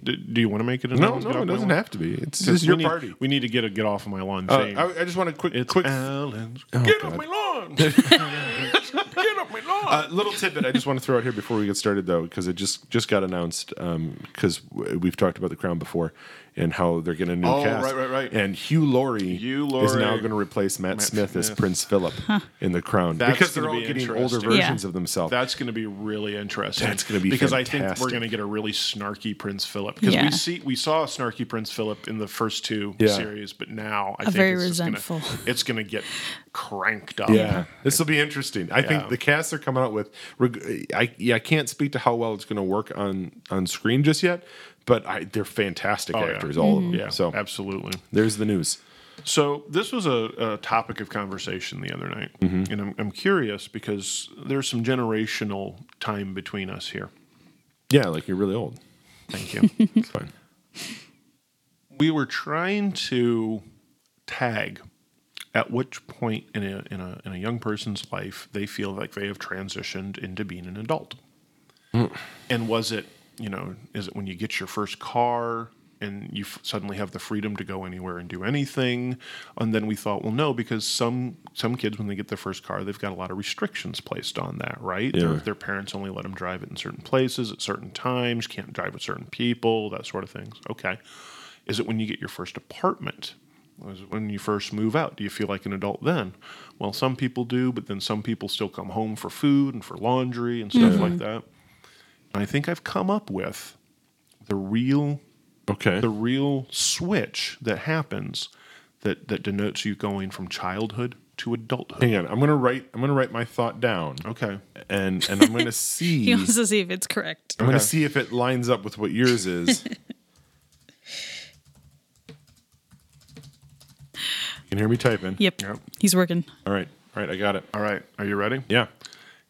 Do, do you want to make it? No, no, it doesn't have to be. It's this is your party. We need to get a get off of my lawn Uh, thing. I, I just want a quick, it's quick Alan's. Oh, get off God. my [laughs] lawn. get off my lawn. A little tidbit I just want to throw out here before we get started, though, because it just just got announced. Because w we've talked about the Crown before and how they're getting a new Oh, cast. right, right, right. And Hugh Laurie, Hugh is now Laurie. going to replace Matt, Matt Smith, as Smith. Prince Philip in the Crown That's because they're gonna all be getting older interesting. versions Yeah. of themselves. That's going to be really interesting. Oh. That's gonna be because I think fantastic. we're going to get a really snarky Prince Philip because Yeah. we see we saw a snarky Prince Philip in the first two Yeah. series, but now I think very it's just Gonna, resentful. [laughs] it's going to get cranked up. yeah, this will be interesting. I Yeah. think the cast they're coming out with. reg- I yeah, I can't speak to how well it's going to work on on screen just yet, but I, they're fantastic yeah. actors, all of them. yeah. so absolutely. there's the news. So this was a, a topic of conversation the other night, Mm-hmm. and I'm, I'm curious because there's some generational time between us here. Yeah, like you're really old. Thank you. [laughs] It's fine. we were trying to tag at which point in a, in a in a young person's life they feel like they have transitioned into being an adult. And was it, you know, is it when you get your first car and you f- suddenly have the freedom to go anywhere and do anything? And then we thought, well, no, because some some kids when they get their first car, they've got a lot of restrictions placed on that, right? Their, Yeah. their parents only let them drive it in certain places at certain times. You can't drive with certain people, that sort of things. Okay, is it when you get your first apartment? Was it when you first move out? Do you feel like an adult then? Well, some people do, but then some people still come home for food and for laundry and stuff like that. I think I've come up with the real Okay. the real switch that happens that that denotes you going from childhood to adulthood. Hang on, I'm gonna write. I'm gonna write my thought down, Okay. and and I'm gonna He see. wants to see if it's correct. I'm gonna Okay. see if it lines up with what yours is. you can hear me typing. Yep. Yep. He's working. All right, all right, I got it. All right. Are you ready? Yeah.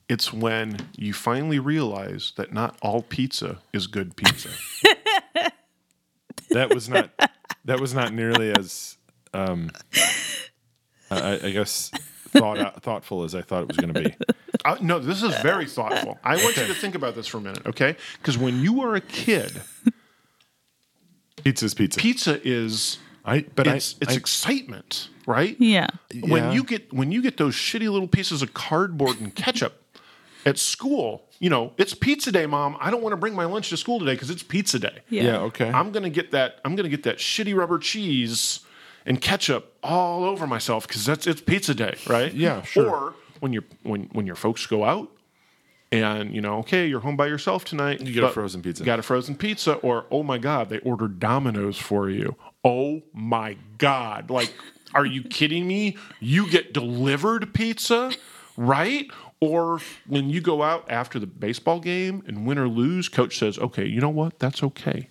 It's when you finally realize that not all pizza is good pizza. that was not that was not nearly as um I, I- I guess thought out, thoughtful as I thought it was going to be. Uh, no, this is very thoughtful. I want you to think about this for a minute, okay? Because when you are a kid, Pizza's pizza. pizza is I but it's, I, it's I, excitement, right? Yeah. Yeah. When you get when you get those shitty little pieces of cardboard and ketchup [laughs] at school, you know it's pizza day, mom. I don't want to bring my lunch to school today because it's pizza day. Yeah. yeah okay. I'm gonna get that. I'm gonna get that shitty rubber cheese and ketchup all over myself because that's it's pizza day, right? Yeah, sure. Or when your when when your folks go out and you know, okay, you're home by yourself tonight. You get a frozen pizza. Got a frozen pizza, or oh my god, they ordered Domino's for you. Oh my god, like, are you kidding me? You get delivered pizza, right? Or when you go out after the baseball game and win or lose, coach says, okay, you know what? That's okay.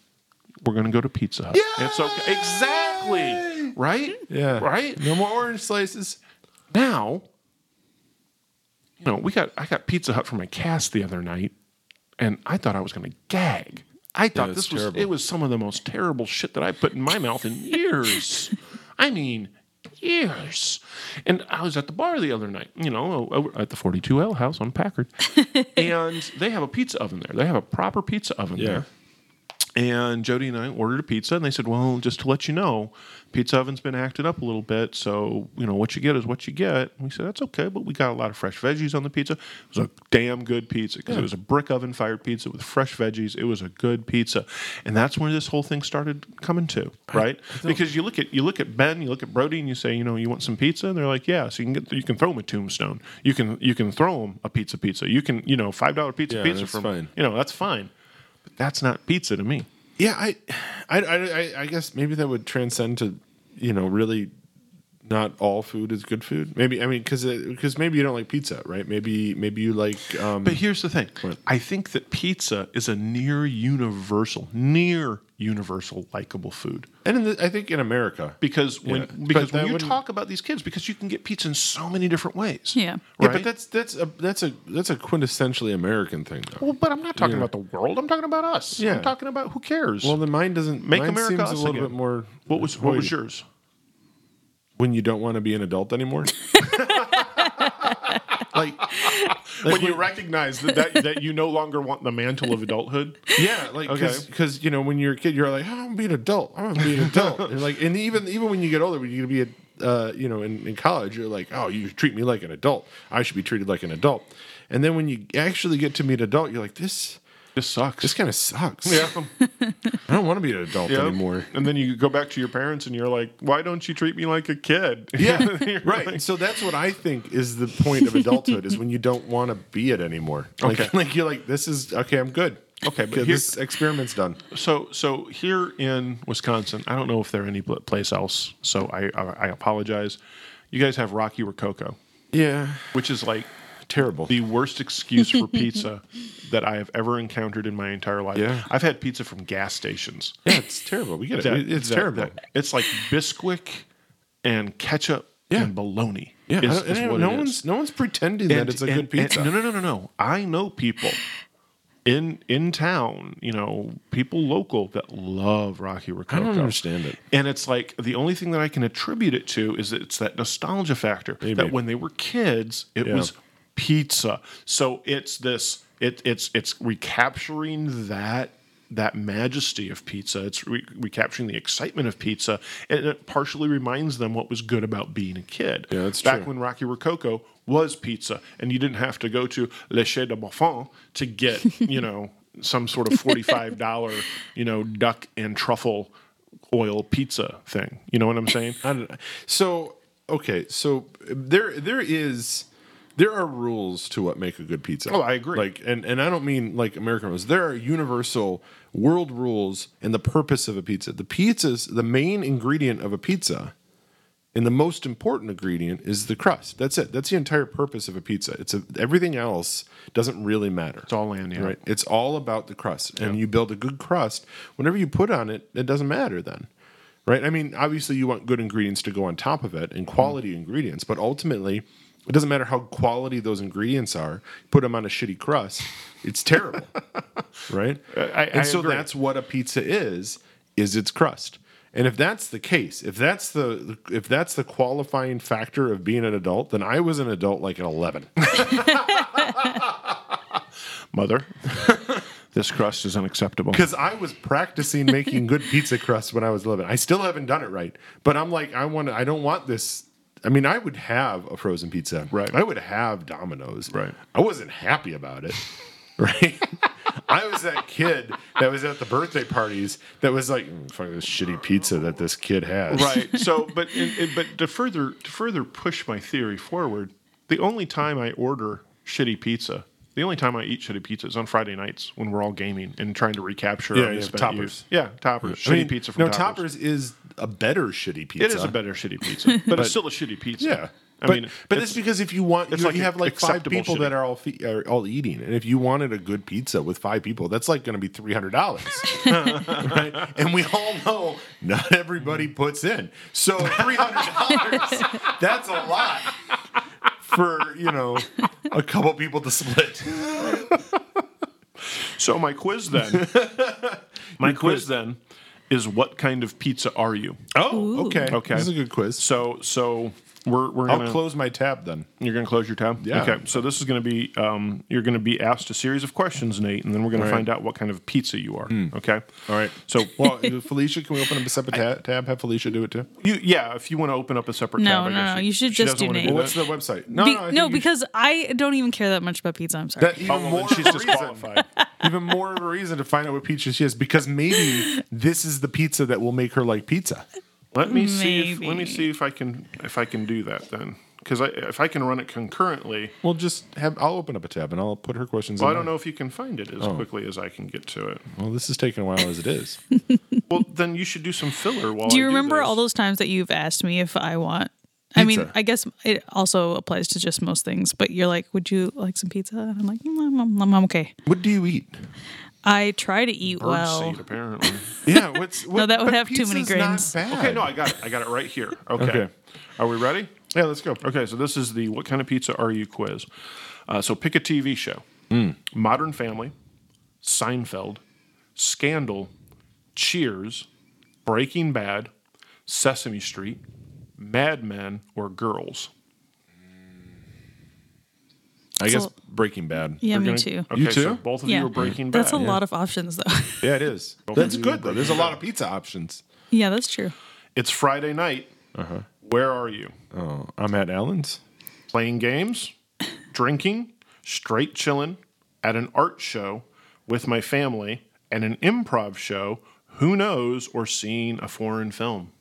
We're gonna go to Pizza Hut. It's okay. Exactly. Right. Yeah. Right No more orange slices. now you know we got i got pizza hut for my cast the other night and i thought i was going to gag i thought it's this terrible. was it was some of the most terrible shit that i put in my mouth in [laughs] years i mean years and i was at the bar the other night you know over at the 42l house [laughs] on packard and they have a pizza oven there they have a proper pizza oven Yeah. there and Jody and I ordered a pizza, and they said, "Well, just to let you know, pizza oven's been acted up a little bit, so you know what you get is what you get." And we said, "That's okay," but we got a lot of fresh veggies on the pizza. It was a damn good pizza because it was a brick oven fired pizza with fresh veggies. It was a good pizza, and that's where this whole thing started coming to, right? because you look at you look at Ben, you look at Brody, and you say, "You know, you want some pizza?" And they're like, "Yeah." So you can get you can throw them a tombstone. You can you can throw them a pizza pizza. You can you know five dollar pizza Yeah, pizza that's from fine. you know that's fine. But that's not pizza to me. Yeah, I, I, I, I- I guess maybe that would transcend to, you know, really, not all food is good food. Maybe I mean because because maybe you don't like pizza, right? Maybe maybe you like. Um, But here's the thing. I think that pizza is a near universal, near universal likable food. and in the, I think in America, Because when Yeah. But because when that you wouldn't- talk about these kids, because you can get pizza in so many different ways. Yeah. yeah, Right? but that's that's a that's a that's a quintessentially American thing, though. well, but I'm not talking about the world. I'm talking about us. Yeah. I'm talking about who cares. Well, then mine doesn't Make mine America seems us a little again. bit more. what was what was Wait, yours? when you don't want to be an adult anymore? like, when you recognize that, that that you no longer want the mantle of adulthood. yeah, like because Okay. you know when you're a kid, you're like, I'm gonna be an adult. I'm gonna be an adult. [laughs] and like, and even even when you get older, when you be a uh, you know in, in college, you're like, oh, you treat me like an adult. I should be treated like an adult. And then when you actually get to meet adult, you're like, this This sucks. this kind of sucks. [laughs] yeah. I don't want to be an adult Yep. anymore. And then you go back to your parents and you're like, why don't you treat me like a [laughs] kid? Yeah, [laughs] You're right. like- so that's what I think is the point of adulthood is when you don't want to be it anymore. Like, [laughs] Okay. like you're like, this is okay. I'm good. Okay, but Okay, Oh. here- this experiment's done. So, so here in Wisconsin, I don't know if there any pl- place else. So I, I, I apologize. You guys have Rocky Rococo, Yeah, which is like terrible. the worst excuse [laughs] for pizza that I have ever encountered in my entire life. Yeah. I've had pizza from gas stations. yeah, it's terrible. We get it. That- it's that- terrible. that- it's like Bisquick and ketchup Yeah. and bologna. yeah, I is- don't- is and I don't- what no it is. one's no one's pretending that it's a And- good pizza. and- no, no, no, no, no. I know people in in town, you know, people local that love Rocky Rococo. I don't understand it. And it's like the only thing that I can attribute it to is that it's that nostalgia factor Maybe. that when they were kids, it Yeah. was pizza. So it's this it it's it's recapturing that that majesty of pizza. It's re- recapturing the excitement of pizza, and it partially reminds them what was good about being a kid. Yeah, that's Back true. when Rocky Rococo was pizza, and you didn't have to go to Le Chez de Buffon to get you know some sort of forty five dollar you know duck and truffle oil pizza thing. You know what I'm saying? I don't know. So okay, so there there is there are rules to what make a good pizza. Oh, I agree. Like, and and I don't mean like American rules. There are universal world rules and the purpose of a pizza. The pizza's the main ingredient of a pizza, and the most important ingredient is the crust. That's it. That's the entire purpose of a pizza. It's a, everything else doesn't really matter. It's all in, yeah. Right. It's all about the crust, and you build a good crust. Whatever you put on it, it doesn't matter then, right? I mean, obviously, you want good ingredients to go on top of it Mm-hmm. and quality ingredients, but ultimately, it doesn't matter how quality those ingredients are. Put them on a shitty crust, it's [laughs] terrible, right? I- and I so agree. that's what a pizza is: is its crust. And if that's the case, if that's the if that's the qualifying factor of being an adult, then I was an adult like at eleven. Mother, [laughs] this crust is unacceptable. because I was practicing making [laughs] good pizza crust when I was 11. I still haven't done it right, but I'm like, I want, to I don't want this. I mean, I would have a frozen pizza, Right. I would have Domino's, Right. I wasn't happy about it, [laughs] right? I was that kid that was at the birthday parties that was like, "Mm, fuck this shitty pizza that this kid has, right so but in, in- but to further to further push my theory forward the only time i order shitty pizza the only time i eat shitty pizza is on friday nights when we're all gaming and trying to recapture Yeah, our yeah, misspent toppers. youth. yeah toppers I shitty mean, pizza from no, toppers. toppers. is a better shitty pizza. it is a better shitty [laughs] pizza but, it's still a shitty pizza Yeah. i but, mean but it's because if you want, it's you, like you have like five acceptable people shitty. that are all fe- are all eating, and if you wanted a good pizza with five people, that's like going to be three hundred dollars, [laughs] right? And we all know not everybody puts in, so three hundred [laughs] dollars that's a lot for you know a couple people to split. so my [laughs] quiz then my quiz then is what kind of pizza are you Oh, Ooh. okay, Okay. this is a good quiz. so so we're we're I'll gonna close my tab then. You're going to close your tab. Yeah. Okay. So this is going to be um, you're going to be asked a series of questions, Nate, and then we're going All to right. Hmm. find out what kind of pizza you are. Okay. All right. So Well, Felicia, can we open up a separate ta- tab? Have Felicia do it too. you, yeah, if you want to open up a separate No, tab, I no, guess no, you should she just doesn't do wanna Nate. that. What's the website? No, Be- I no, think you should- because I don't even care that much about pizza. I'm sorry. That even Oh, well, more then she's of a reason. disqualified. even more of a reason to find out what pizza she is because maybe this is the pizza that will make her like pizza. Let me see. If, let me Maybe. see if I can if I can do that then, because I, if I can run it concurrently, Well, just have I'll open up a tab and I'll put her questions. well, I in don't there. know if you can find it as Oh. quickly as I can get to it. Well, this is taking a while as it [laughs] is. Well, then you should do some filler. While do you Oh, I remember this. all those times that you've asked me if I want? I mean, Pizza. I guess it also applies to just most things, but you're like, would you like some pizza? And I'm like, "Mm, I'm, I'm- I'm- I'm okay. what do you eat? I try to eat Bird well. [laughs] seed, apparently. Yeah, what's [laughs] what, that would but have too many pizza's not grains. bad. okay. No, I got it. I got it right here. Okay. okay. Are we ready? yeah, let's go. Okay, so this is the what kind of pizza are you quiz. Uh, so pick a TV show: Hmm. Modern Family, Seinfeld, Scandal, Cheers, Breaking Bad, Sesame Street, Mad Men, or Girls. I guess So- Breaking Bad. Yeah, me You're too. gonna- Okay, You So too? both of yeah, you are Breaking Bad. That's a lot of options, though. [laughs] Yeah, it is. That's good though. There's a lot of pizza options. yeah, that's true. It's Friday night. Uh-huh. Where are you? Oh, I'm at Allen's. Playing games, drinking, straight chilling, at an art show, with my family, at an improv show. Who knows? Or seeing a foreign film.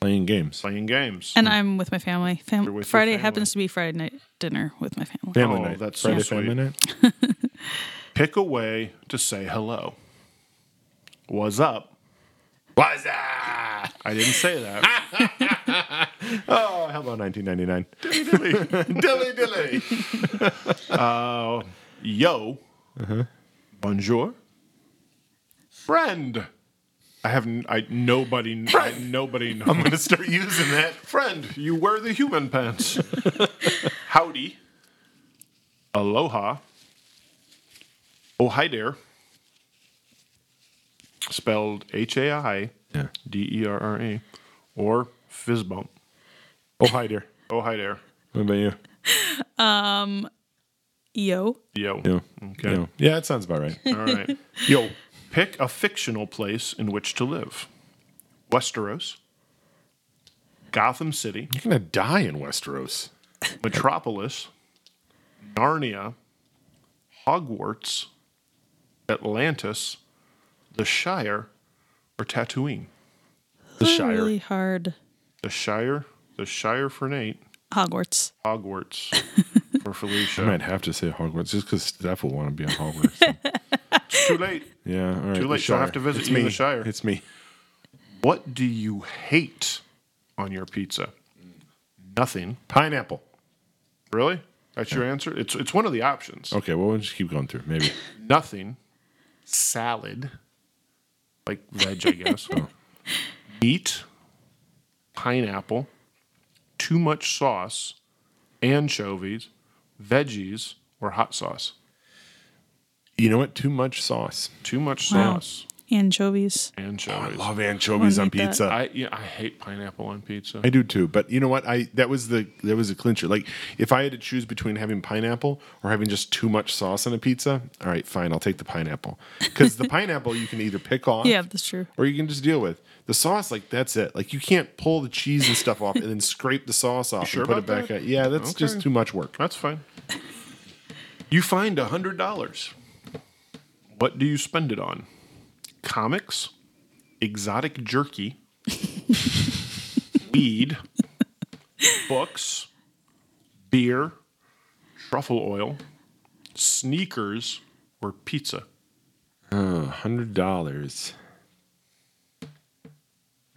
Playing games. playing games. And I'm with my family. You're Fam- with your Friday family. happens to be Friday night dinner with my family. Family Oh, night. that's so Friday sweet. family night. Pick a way to say hello. What's up? What's that? I didn't say that. [laughs] Oh, hello, 1999. [laughs] dilly [laughs] dilly. Uh, Yo. Uh-huh. Bonjour. Friend. I have n- I nobody I, nobody knows. [laughs] I'm gonna start using that. Friend, you wear the human [laughs] pants. Howdy. Aloha. Oh, hi there. Spelled H A I Yeah. D E R R A, or fizz bump. Oh, hi there. Oh, hi there. What about you? Yo. Yo. Yeah. Okay. Yeah. Yeah, that sounds about right. All right. Yo, pick a fictional place in which to live. Westeros, Gotham City, You're gonna die in Westeros. Metropolis, Narnia, Hogwarts, Atlantis, the Shire, or Tatooine. The Really Shire. hard. The Shire, the Shire for Nate, Hogwarts. Hogwarts for I Felicia. might have to say Hogwarts just because Steph will want to be on Hogwarts. [laughs] It's too late. yeah. All right. Too the late. She'll have Shire. to visit it's you me. in the Shire. It's me. What do you hate on your pizza? Nothing. Pineapple. Really? That's your answer? It's it's one of the options. Okay. Well, we'll just keep going through. Maybe. Nothing. Salad. Like veg, I [laughs] guess. Oh. Meat. Pineapple. Too much sauce. Anchovies. Veggies or hot sauce. You know what? Too much sauce. Too much Wow. sauce. Anchovies. I Anchovies. love anchovies I on like that. pizza. [laughs] I yeah, I hate pineapple on pizza. I do too, but you know what? I that was the that was a clincher. Like if I had to choose between having pineapple or having just too much sauce on a pizza, all right, fine, I'll take the pineapple because the [laughs] pineapple you can either pick off, Yeah, that's true. or you can just deal with the sauce. Like that's it. Like you can't pull the cheese and stuff off and [laughs] then scrape the sauce off sure and put it about back. that? Out. Yeah, that's just Okay. too much work. That's fine. [laughs] You find a hundred dollars. What do you spend it on? Comics, exotic [laughs] jerky, weed, books, beer, truffle oil, sneakers, or pizza. hundred dollars.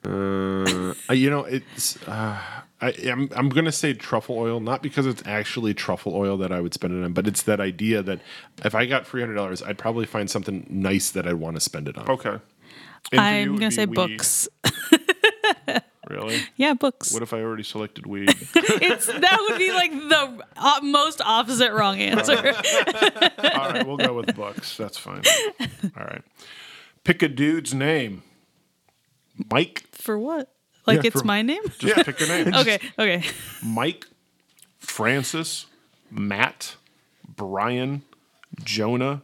Uh, you know it's. Uh, I, I'm I'm gonna say truffle oil, not because it's actually truffle oil that I would spend it on, but it's that idea that if I got three hundred dollars, I'd probably find something nice that I'd want to spend it on. Okay. And for you, it I'm would gonna be say weed. books. Really? Yeah, books. What if I already selected weed? it's that would be like the uh, most opposite wrong answer. All right, we'll go with Bucks. That's fine. All right. Pick a dude's name. Mike. [laughs] for what? Like Yeah, it's for- my name? Just pick a name. Okay, okay. Mike, Francis, Matt, Brian, Jonah,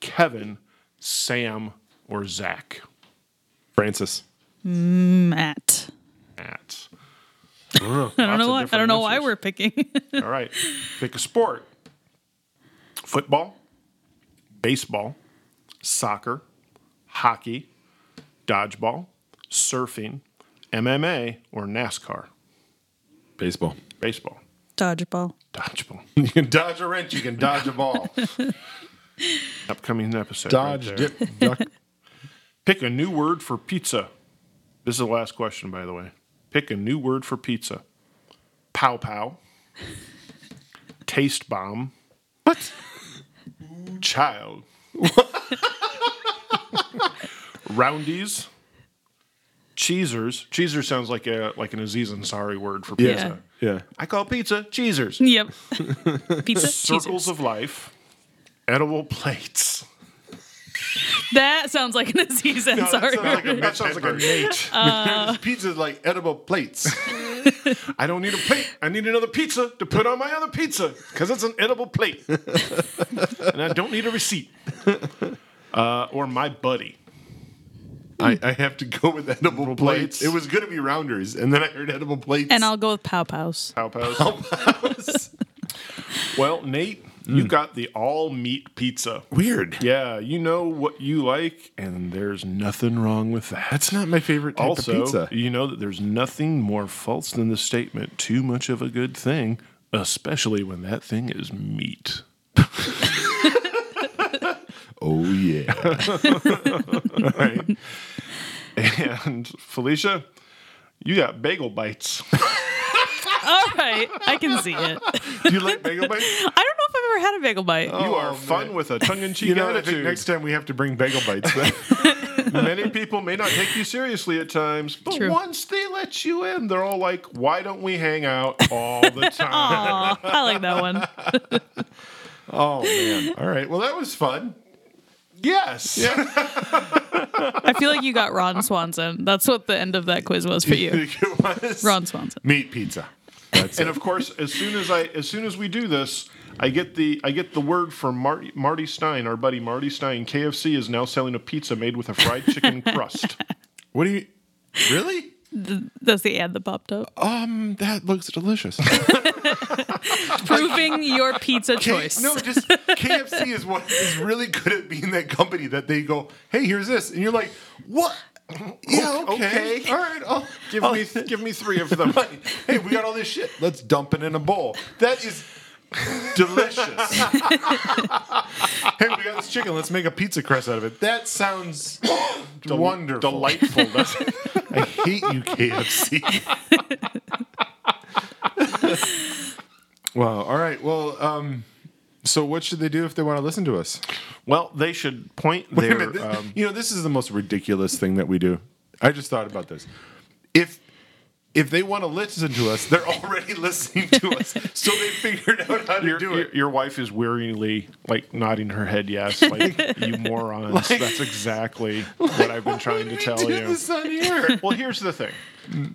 Kevin, Sam, or Zach. Francis, Matt. Matt. I don't know why. I don't know why we're picking. [laughs] All right. Pick a sport. Football, baseball, soccer, hockey, dodgeball, surfing, MMA, or NASCAR. baseball. Baseball, Dodgeball. dodgeball. [laughs] You can dodge a wrench. You can dodge a ball. Upcoming episode. right [laughs] dodge, [laughs] there. dip, duck. Pick a new word for pizza. This is the last question, by the way. Pick a new word for pizza. Pow pow. Taste bomb. What? Child. Roundies. Cheesers. Cheeser sounds like a like an Aziz Ansari word for pizza. Yeah. Yeah. I call pizza [laughs] cheesers. Yep. Pizza. Circles Circles. of life. Edible plates. That sounds like an Aziz Ansari. that sounds like a Nate. Pizza's like edible plates. I don't need a plate. I need another pizza to put on my other pizza because it's an edible plate. and I don't need a receipt. Uh, or my buddy. [laughs] I, I have to go with edible plates. plates. It was going to be rounders, and then I heard edible plates. and I'll go with Pow Pows. Pow Pows. [laughs] well, Nate, you Mm. got the all meat pizza. weird. Yeah, you know what you like, and there's nothing wrong with that. That's not my favorite type also, of pizza. you know that there's nothing more false than the statement too much of a good thing, especially when that thing is meat. Oh yeah. right? and Felicia, you got bagel bites. [laughs] All right, I can see [laughs] it. Do you like bagel bites? I don't know if I've ever had a bagel bite. You are Oh, fun man. with a tongue-in-cheek you know, I think attitude. next time we have to bring bagel bites. [laughs] Many people may not take you seriously at times, but True. once they let you in, they're all like, "Why don't we hang out all [laughs] the time?" Aw, I like that one. oh man. All right. Well, that was fun. Yes. [laughs] I feel like you got Ron Swanson. That's what the end of that quiz was for you. [laughs] It was Ron Swanson. meat pizza. That's and it. of course, as soon as I as soon as we do this, I get the I get the word from Marty, Marty Stein, our buddy Marty Stein. KFC is now selling a pizza made with a fried [laughs] chicken crust. What do you? Really? That's the ad that popped up. Um, that looks delicious. [laughs] Proving your pizza K- choice. no, just [laughs] KFC is what is really good at being that company that they go, hey, here's this, and you're like, what? Yeah, okay, Oh. okay. all right. I'll, Give I'll- me give me three of [laughs] them. hey, we got all this shit. Let's dump it in a bowl. That is [laughs] delicious. hey, we got this chicken. Let's make a pizza crust out of it. That sounds wonderful. Delightful. [laughs] doesn't it? I hate you, [laughs] KFC. well, all right. Well, um, so what should they do if they want to listen to us? well, they should point Wait a their. minute, th- um, you know, this is the most ridiculous thing that we do. I just thought about this. If if they want to listen to us, they're already [laughs] listening to us, so [laughs] they figured out how to your, do your, it. your wife is wearily like nodding her head yes, [laughs] like you morons. That's exactly what I've been trying to We tell do you. this on [laughs] here. Well, here's the thing.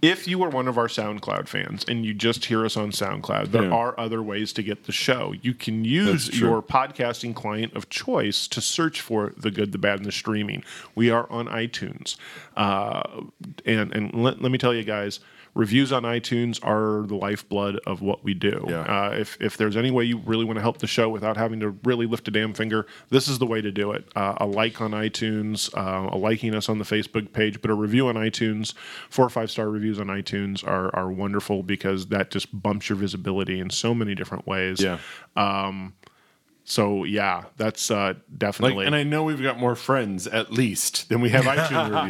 If you are one of our SoundCloud fans and you just hear us on SoundCloud, there Yeah. are other ways to get the show. You can use That's true. your podcasting client of choice to search for The Good, the Bad, and the Streaming. We are on iTunes. Uh, and and let, let me tell you guys, reviews on iTunes are the lifeblood of what we do. Yeah. Uh, if, if there's any way you really want to help the show without having to really lift a damn finger, this is the way to do it. Uh, a like on iTunes, uh, a liking us on the Facebook page, but a review on iTunes, four or five star reviews on iTunes are, are wonderful because that just bumps your visibility in so many different ways. yeah. So, yeah, that's uh, Like, definitely. and I know we've got more friends at least than we [laughs] have iTunes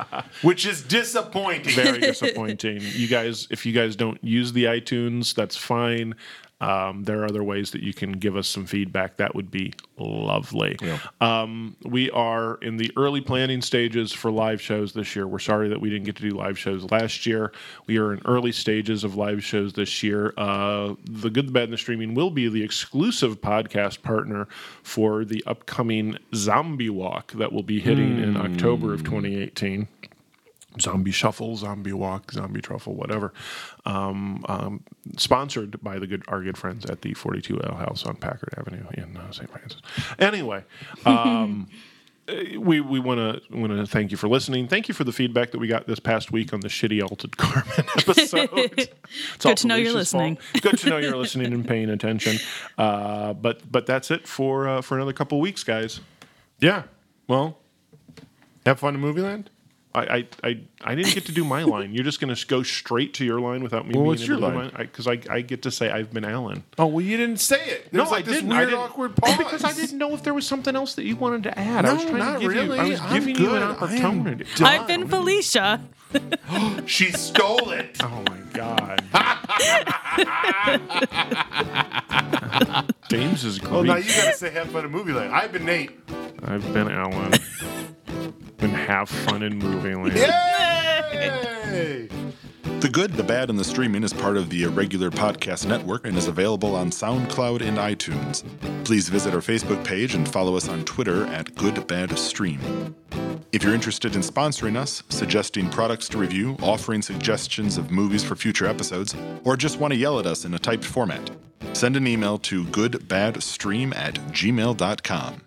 reviews, which is disappointing. very disappointing. You guys, if you guys don't use the iTunes, that's fine. Um, there are other ways that you can give us some feedback. That would be lovely. Um, we are in the early planning stages for live shows this year. We're sorry that we didn't get to do live shows last year. We are in early stages of live shows this year. Uh, the Good, the Bad, and the Streaming will be the exclusive podcast partner for the upcoming Zombie Walk that will be hitting in October of 2018 zombie shuffle, zombie walk, zombie truffle, whatever. Um, um, sponsored by the good our good friends at the 42 L House on Packard Avenue in uh, St. Francis. [laughs] Anyway, um, eh, we we want to want to thank you for listening. Thank you for the feedback that we got this past week on the shitty altered Carmen [laughs] [laughs] episode. It's all Good to know you're Felicia's fault. listening. Good to know [laughs] you're listening and paying attention. Uh, but but that's it for uh, for another couple weeks, guys. Yeah. Well, have fun in Movie Land. I, I, I, I didn't get to do [laughs] my line. You're just going to go straight to your line without me Well, being what's able your to line? do mine? Because I, I, get to say I've been Alan. Oh well, you didn't say it. There was, like, this Weird, awkward pause. Because I didn't know if there was something else that you wanted to add. I was No, trying not to give really. you, I was I'm giving you an good. I am opportunity. done. I've been Felicia. She stole it. Oh my god. [laughs] James is Oh, great. now you gotta say have fun in movie land. I've been Nate. I've been Alan. and have fun in movie land. [laughs] Yay! The Good, the Bad, and the Streaming is part of the Irregular Podcast Network and is available on SoundCloud and iTunes. Please visit our Facebook page and follow us on Twitter at Good Bad Stream. If you're interested in sponsoring us, suggesting products to review, offering suggestions of movies for future episodes, or just want to yell at us in a typed format, send an email to goodbadstream at gmail.com.